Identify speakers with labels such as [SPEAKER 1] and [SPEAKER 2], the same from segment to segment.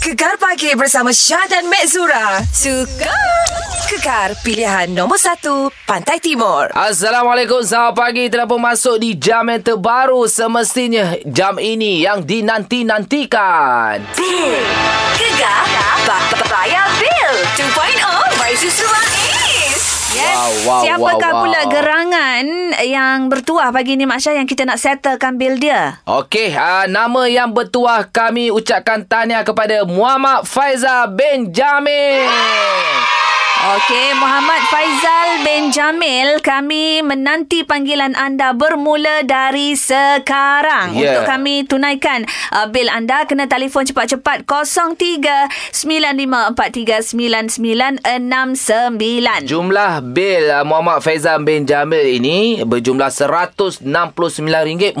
[SPEAKER 1] Gegar pagi bersama Syah dan Mek Zura. Suka. Gegar pilihan nombor 1 Pantai Timur.
[SPEAKER 2] Assalamualaikum Selamat pagi Telah pun masuk di jam yang terbaru Semestinya jam ini Yang dinanti-nantikan
[SPEAKER 1] Bil. Gegar. Ba- ba- bayar bil. oh, 2.0 by Susulan Is.
[SPEAKER 3] Yes.
[SPEAKER 2] Wow, wow,
[SPEAKER 3] Siapakah
[SPEAKER 2] wow, wow.
[SPEAKER 3] pula gerangan yang bertuah pagi ni Mak Syah yang kita nak settlekan bil dia?
[SPEAKER 2] Okey, uh, nama yang bertuah kami ucapkan tahniah kepada Muhammad Faiza bin Jamil.
[SPEAKER 3] Okey, Muhammad Faizal bin Jamil, kami menanti panggilan anda bermula dari sekarang.
[SPEAKER 2] Ya.
[SPEAKER 3] Untuk kami tunaikan uh, bil anda, kena telefon cepat-cepat 0395439969.
[SPEAKER 2] Jumlah bil uh, Muhammad Faiza bin Jamil ini berjumlah RM169.40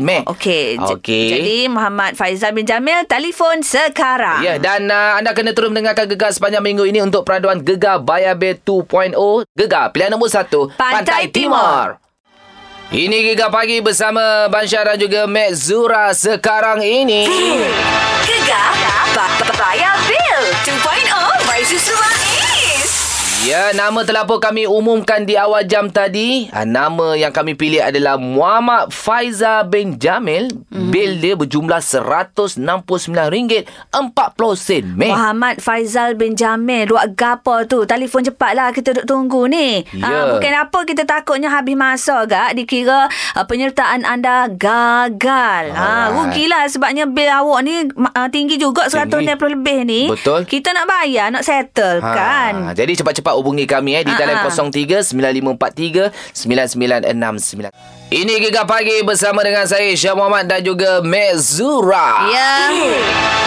[SPEAKER 2] meh.
[SPEAKER 3] Okey. j-
[SPEAKER 2] Okey.
[SPEAKER 3] Jadi Muhammad Faizal bin Jamil telefon sekarang.
[SPEAKER 2] Ya, dan uh, anda kena terus mendengarkan Gegar sepanjang minggu ini untuk peraduan Gegar Bayar Bay 2.0. oh, Gegar pilihan nombor 1, Pantai,
[SPEAKER 3] Pantai Timur.
[SPEAKER 2] Ini Gegar Pagi bersama Bansyah dan juga Mek Zura sekarang ini.
[SPEAKER 1] Gegar. Ba- ba- bayar bil. oh, 2.0 by Susulan Is.
[SPEAKER 2] Ya, nama telah pun kami umumkan di awal jam tadi. Ah, Nama yang kami pilih adalah Muhammad Faiza bin Jamil.
[SPEAKER 3] Hmm.
[SPEAKER 2] Bil dia berjumlah RM169.40. Meh.
[SPEAKER 3] Muhammad Faizal bin Jamil Ruak Gapa tu Telefon cepatlah Kita duk tunggu ni
[SPEAKER 2] Ya.
[SPEAKER 3] Ah, Bukan apa Kita takutnya habis masa gak Dikira uh, penyertaan anda gagal ha,
[SPEAKER 2] Alright.
[SPEAKER 3] Rugilah sebabnya bil awak ni ma- ah, Tinggi juga
[SPEAKER 2] Tinggi.
[SPEAKER 3] 160 lebih ni
[SPEAKER 2] Betul.
[SPEAKER 3] Kita nak bayar Nak settle ha. kan
[SPEAKER 2] Ha, jadi cepat-cepat hubungi kami eh di
[SPEAKER 3] Ha,
[SPEAKER 2] talian
[SPEAKER 3] ha.
[SPEAKER 2] 03-9543-9969. Ini Gegar Pagi bersama dengan saya Syah Muhammad dan juga Mek Zura.
[SPEAKER 3] Ya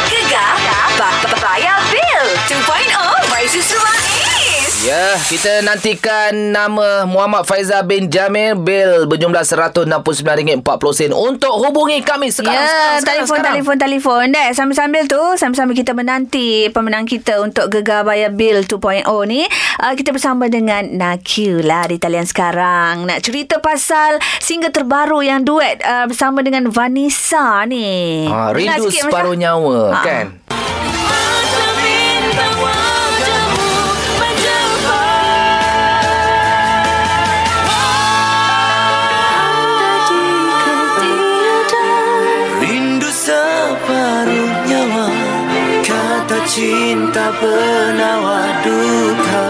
[SPEAKER 1] Gegar. Ba- ba- bayar bil. 2.0 by Susulan Is.
[SPEAKER 2] Ya, kita nantikan nama Muhammad Faiza bin Jamil bil berjumlah RM169.40 untuk hubungi kami sekarang.
[SPEAKER 3] Ya,
[SPEAKER 2] sekarang, sekarang,
[SPEAKER 3] telefon,
[SPEAKER 2] sekarang.
[SPEAKER 3] telefon, telefon. Deh, sambil-sambil tu, sambil-sambil kita menanti pemenang kita untuk Gegar Bayar Bil 2.0 ni, uh, kita bersama dengan Nakil lah di talian sekarang. Nak cerita pasal single terbaru yang duet uh, bersama dengan Vanessa ni. Dengar
[SPEAKER 2] Ha, rindu
[SPEAKER 3] sikit, Masya.
[SPEAKER 2] separuh nyawa,
[SPEAKER 3] Ha.
[SPEAKER 2] kan?
[SPEAKER 4] Rindu separuh nyawa Kata cinta penawar duka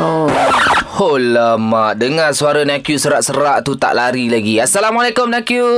[SPEAKER 3] Oh.
[SPEAKER 2] Oh lama Dengar suara Nakyu serak-serak tu tak lari lagi Assalamualaikum Nakyu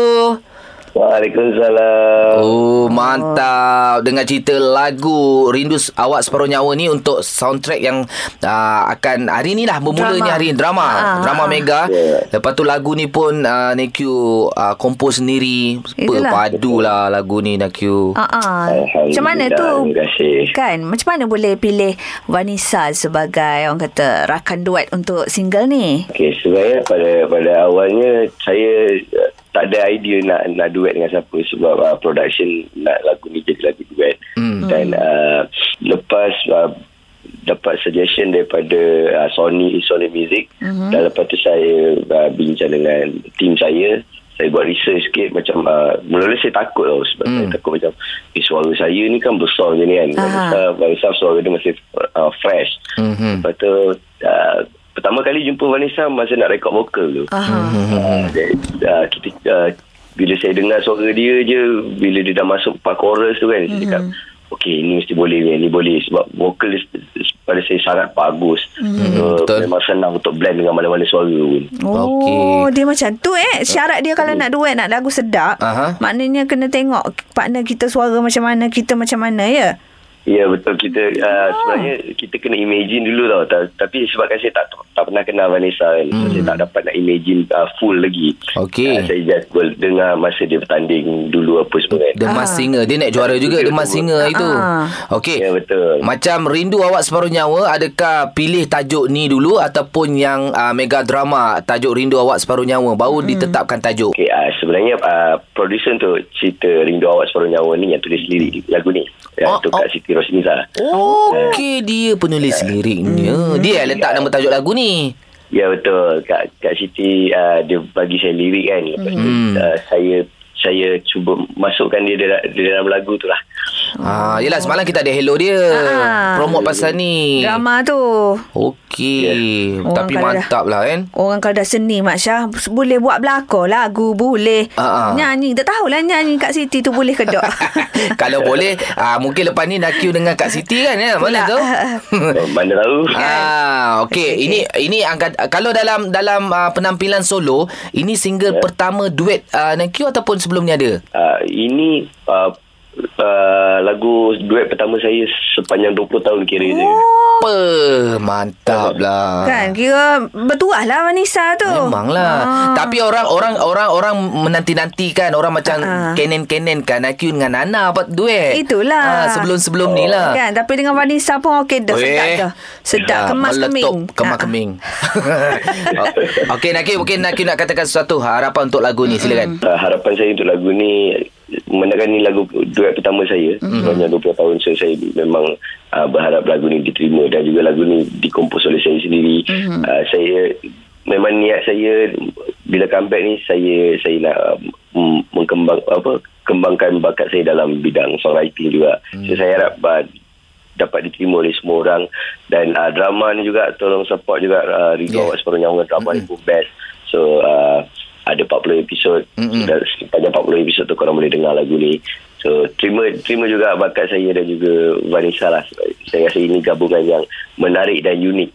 [SPEAKER 4] Waalaikumsalam
[SPEAKER 3] Ah.
[SPEAKER 2] Oh mantap Dengar cerita lagu Rindu S- Awak Separuh Nyawa ni Untuk soundtrack yang uh, Akan hari ni lah Bermulanya
[SPEAKER 3] Drama.
[SPEAKER 2] hari ni Drama
[SPEAKER 3] Ah.
[SPEAKER 2] Drama Mega
[SPEAKER 4] Ya.
[SPEAKER 2] Lepas tu lagu ni pun uh, Nakyu uh, Kompos sendiri
[SPEAKER 3] Itulah.
[SPEAKER 2] Padu lah lagu ni Nakyu
[SPEAKER 3] Ah, ah. Macam mana tu?
[SPEAKER 4] Terima kasih
[SPEAKER 3] Kan, macam mana boleh pilih Vanessa sebagai orang kata rakan duet untuk single ni?
[SPEAKER 4] Okay, sebenarnya pada pada awalnya saya uh, tak ada idea nak nak duet dengan siapa sebab uh, production nak lagu ni jadi lagu duet
[SPEAKER 2] Hmm.
[SPEAKER 4] dan uh, lepas uh, dapat suggestion daripada uh, Sony Sony Music
[SPEAKER 2] Hmm.
[SPEAKER 4] mm-hmm. dan lepas tu saya uh, bincang dengan team saya saya buat research sikit macam uh, mula-mula saya takut tau sebab
[SPEAKER 2] Hmm.
[SPEAKER 4] saya takut macam eh, suara saya ni kan besar macam ni kan
[SPEAKER 3] Aha.
[SPEAKER 4] Vanessa, Vanessa suara dia masih uh, fresh
[SPEAKER 2] Mhm.
[SPEAKER 4] Hmm. Lepas tu uh, Pertama kali jumpa Vanessa Masa nak rekod vokal tu
[SPEAKER 3] Ah.
[SPEAKER 4] uh, uh, Kita uh, Bila saya dengar suara dia je Bila dia dah masuk part chorus tu kan Saya cakap Okay ni mesti boleh ni, ni boleh Sebab vokal dia, pada saya sangat bagus
[SPEAKER 2] Mhm,
[SPEAKER 4] so,
[SPEAKER 2] betul.
[SPEAKER 4] Memang senang untuk blend dengan mana-mana suara pun
[SPEAKER 3] Oh,
[SPEAKER 2] Okey.
[SPEAKER 3] dia macam tu eh. Syarat dia kalau nak duet, nak lagu sedap,
[SPEAKER 2] Aha.
[SPEAKER 3] maknanya kena tengok partner kita suara macam mana, kita macam mana ya.
[SPEAKER 4] Ya betul kita uh, sebenarnya kita kena imagine dulu tau Ta- tapi sebabkan saya tak tak pernah kenal Vanessa kan so, saya tak dapat nak imagine uh, full lagi.
[SPEAKER 2] Okey.
[SPEAKER 4] Uh, saya just well, dengar masa dia bertanding dulu apa semua kan.
[SPEAKER 2] Demam Singer Dia nak juara juga
[SPEAKER 4] Betul,
[SPEAKER 2] Demam
[SPEAKER 4] betul.
[SPEAKER 2] Singer itu
[SPEAKER 3] Ah.
[SPEAKER 2] Okey
[SPEAKER 4] Ya betul.
[SPEAKER 2] Macam rindu awak separuh nyawa Adakah pilih tajuk ni dulu Ataupun yang uh, mega drama Tajuk rindu awak separuh nyawa Baru hmm. ditetapkan tajuk
[SPEAKER 4] Okay, uh, sebenarnya uh, producer untuk cerita Rindu Awak Separuh Nyawa ni yang tulis lirik lagu ni.
[SPEAKER 2] Oh,
[SPEAKER 4] Oh, untuk
[SPEAKER 2] oh.
[SPEAKER 4] oh. Kak Siti Rosniza.
[SPEAKER 2] Okey dia penulis liriknya
[SPEAKER 3] Hmm.
[SPEAKER 2] Dia yang letak nama tajuk lagu ni
[SPEAKER 4] ah, Ya betul. Kak, Kak Siti uh, dia bagi saya lirik kan. Lepas tu uh, saya saya cuba masukkan dia dalam, di dalam lagu tu lah
[SPEAKER 2] Ah, yelah semalam kita ada hello dia.
[SPEAKER 3] Oh. Ah.
[SPEAKER 2] Promote pasal ni.
[SPEAKER 3] Drama tu.
[SPEAKER 2] Okey.
[SPEAKER 3] Orang
[SPEAKER 2] Tapi
[SPEAKER 3] kalau dah-
[SPEAKER 2] mantap lah kan.
[SPEAKER 3] Orang kalau dah seni Mak Syah Boleh buat belakang lagu Boleh
[SPEAKER 2] Ah, ah.
[SPEAKER 3] Nyanyi Tak tahulah nyanyi kat Siti tu boleh ke tak
[SPEAKER 2] Kalau boleh ah, Mungkin lepas ni Nakiu dengan Kak Siti kan ya?
[SPEAKER 3] Pula.
[SPEAKER 2] Mana
[SPEAKER 3] Kan?
[SPEAKER 2] tu
[SPEAKER 4] Oh, mana tahu
[SPEAKER 2] Ah, okey. Ini ini angkat kalau dalam dalam uh, penampilan solo, ini
[SPEAKER 3] Ya.
[SPEAKER 2] single pertama duet uh, Nakiu ataupun sebelum ni ada?
[SPEAKER 4] uh, ini uh, uh, lagu duet pertama saya sepanjang 20 tahun kira je
[SPEAKER 2] Apa? Mantap lah.
[SPEAKER 3] Oh. Kan Kira Bertuah lah Vanessa tu
[SPEAKER 2] Memanglah. Ah. Tapi orang orang orang orang menanti-nantikan orang macam
[SPEAKER 3] Ah.
[SPEAKER 2] kenen-kenen kan Nakiu dengan Nana buat duet.
[SPEAKER 3] Itulah.
[SPEAKER 2] Ah, sebelum-sebelum ni lah.
[SPEAKER 3] Kan Tapi dengan Vanessa pun Okey dah Sedap
[SPEAKER 2] Weh.
[SPEAKER 3] dah Sedap
[SPEAKER 2] Ah,
[SPEAKER 3] kemas
[SPEAKER 2] meletup,
[SPEAKER 3] keming
[SPEAKER 2] Kemas
[SPEAKER 3] Ah, ah.
[SPEAKER 2] keming. Okey, Naki, mungkin Naki nak katakan sesuatu ha, harapan untuk lagu ni. Silakan.
[SPEAKER 4] Uh, harapan saya untuk lagu ni Menangkan ni lagu duet pertama saya mm-hmm. Sebanyak 20 tahun So saya memang uh, Berharap lagu ni diterima Dan juga lagu ni Dikompos oleh saya sendiri mm-hmm. uh, Saya Memang niat saya Bila comeback ni Saya Saya nak um, Mengkembang Apa Kembangkan bakat saya Dalam bidang songwriting juga mm. So saya harap uh, dapat diterima oleh semua orang dan uh, drama ni juga tolong support juga uh, Ridho
[SPEAKER 2] Yeah.
[SPEAKER 4] yeah. separuh nyawa drama mm-hmm. ni pun best so uh, ada 40 episod
[SPEAKER 2] Mm-mm.
[SPEAKER 4] mm-hmm. dan sepanjang 40 episod tu korang boleh dengar lagu ni so terima terima juga bakat saya dan juga Vanessa lah saya rasa ini gabungan yang menarik dan unik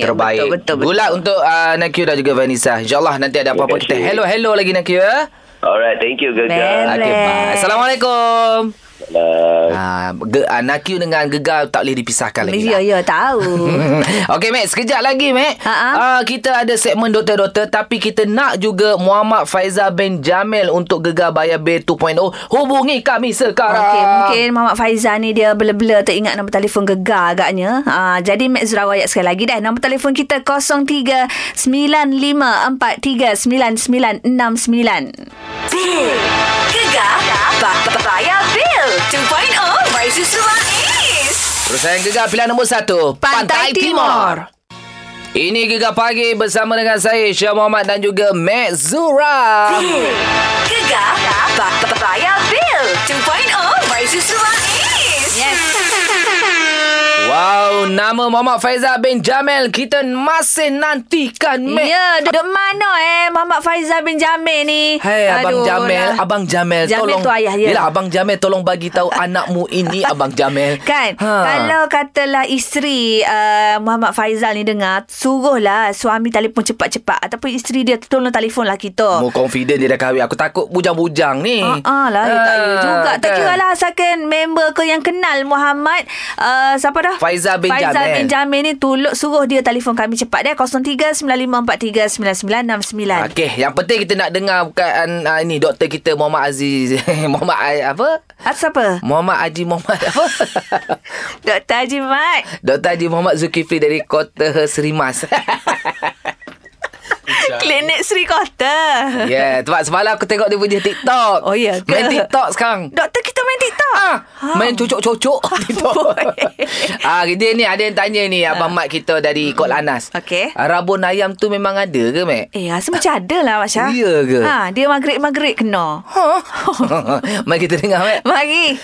[SPEAKER 3] Ya, ya,
[SPEAKER 2] terbaik.
[SPEAKER 3] betul, betul, betul.
[SPEAKER 2] Gula untuk uh, Nakiu dan juga Vanessa. InsyaAllah nanti ada apa-apa
[SPEAKER 4] Terima
[SPEAKER 2] kita
[SPEAKER 4] kasih.
[SPEAKER 2] hello-hello lagi Nakiu. Ya?
[SPEAKER 4] alright thank you
[SPEAKER 3] Best.
[SPEAKER 4] Gaga
[SPEAKER 2] Okey, bye. Assalamualaikum.
[SPEAKER 4] uh,
[SPEAKER 2] Ah, ge, ah, Nakiu dengan Gegar tak boleh dipisahkan lagi.
[SPEAKER 3] Ya
[SPEAKER 2] lah.
[SPEAKER 3] ya tahu
[SPEAKER 2] Okey, Mek. Sekejap lagi, Mek.
[SPEAKER 3] Ha, ha.
[SPEAKER 2] Ah, kita ada segmen Doktor-Doktor. Tapi kita nak juga Muhammad Faiza bin Jamil untuk Gegar Bayar B 2.0. oh. Hubungi kami sekarang.
[SPEAKER 3] Okey, mungkin Muhammad Faizal ni dia bela-bela teringat nombor telefon gegar agaknya. Ha, jadi Mek Zura wayak sekali lagi dah. Nombor telefon kita 0395439969.
[SPEAKER 1] Bil. Gegar. Ba- ba- Bayar bil. 2.0 by Susula Is.
[SPEAKER 2] Terus saya gegar pilihan nombor satu.
[SPEAKER 3] Pantai Timur.
[SPEAKER 2] Ini Gegar Pagi bersama dengan saya Syah Muhammad dan juga Mek Zura.
[SPEAKER 1] Bil. Gegar. Ba- ba- Bayar bil. 2.0 by Susula Is.
[SPEAKER 2] Wow, nama Muhammad Faizal bin Jamil. Kita masih nantikan Mek.
[SPEAKER 3] Ya, duduk mana eh Muhammad Faizal bin Jamil ni?
[SPEAKER 2] Hai
[SPEAKER 3] Aduh,
[SPEAKER 2] Abang Jamil,
[SPEAKER 3] lah.
[SPEAKER 2] Abang Jamil,
[SPEAKER 3] Jamil
[SPEAKER 2] tolong.
[SPEAKER 3] tu ayah dia.
[SPEAKER 2] Yelah, Abang Jamil tolong bagi tahu anakmu ini Abang Jamil.
[SPEAKER 3] Kan
[SPEAKER 2] Ha.
[SPEAKER 3] Kalau katalah isteri uh, Muhammad Faizal ni dengar Suruhlah suami telefon cepat-cepat Ataupun isteri dia tolong telefonlah kita
[SPEAKER 2] Mu confident dia dah kahwin. Aku takut bujang-bujang ni.
[SPEAKER 3] Ah, ah lah ya, tak ya juga.
[SPEAKER 2] Kan?
[SPEAKER 3] Tak kira lah asalkan member ke yang kenal Muhammad uh, siapa dah?
[SPEAKER 2] Faizal bin
[SPEAKER 3] Faizal
[SPEAKER 2] Jamil.
[SPEAKER 3] bin Jamil ni tolong suruh dia telefon kami cepat eh? dia 0395439969.
[SPEAKER 2] Okey, yang penting kita nak dengar bukan uh, ini doktor kita Muhammad Aziz. Muhammad A- apa?
[SPEAKER 3] Ah, siapa?
[SPEAKER 2] Muhammad Haji Muhammad apa?
[SPEAKER 3] Dr. Haji Mat.
[SPEAKER 2] Dr. Haji Muhammad Zulkifli dari Kota Seri Mas.
[SPEAKER 3] Klinik Sri Kota.
[SPEAKER 2] yeah, sebab Ya, semalam aku tengok dia punya TikTok.
[SPEAKER 3] Oh, ya ke?
[SPEAKER 2] Main TikTok sekarang.
[SPEAKER 3] Doktor kita main TikTok.
[SPEAKER 2] Ah, main cucuk-cucuk TikTok. ah, dia ni ada yang tanya ni abang Mat kita dari Kot Lanas.
[SPEAKER 3] Ah. Hmm. Okey.
[SPEAKER 2] Ah, Rabun ayam tu memang ada ke, Mek?
[SPEAKER 3] Eh, rasa macam ada lah Masya.
[SPEAKER 2] Ya ke?
[SPEAKER 3] Ha, dia maghrib-maghrib kena.
[SPEAKER 2] Mari kita dengar, Mek.
[SPEAKER 3] Mari.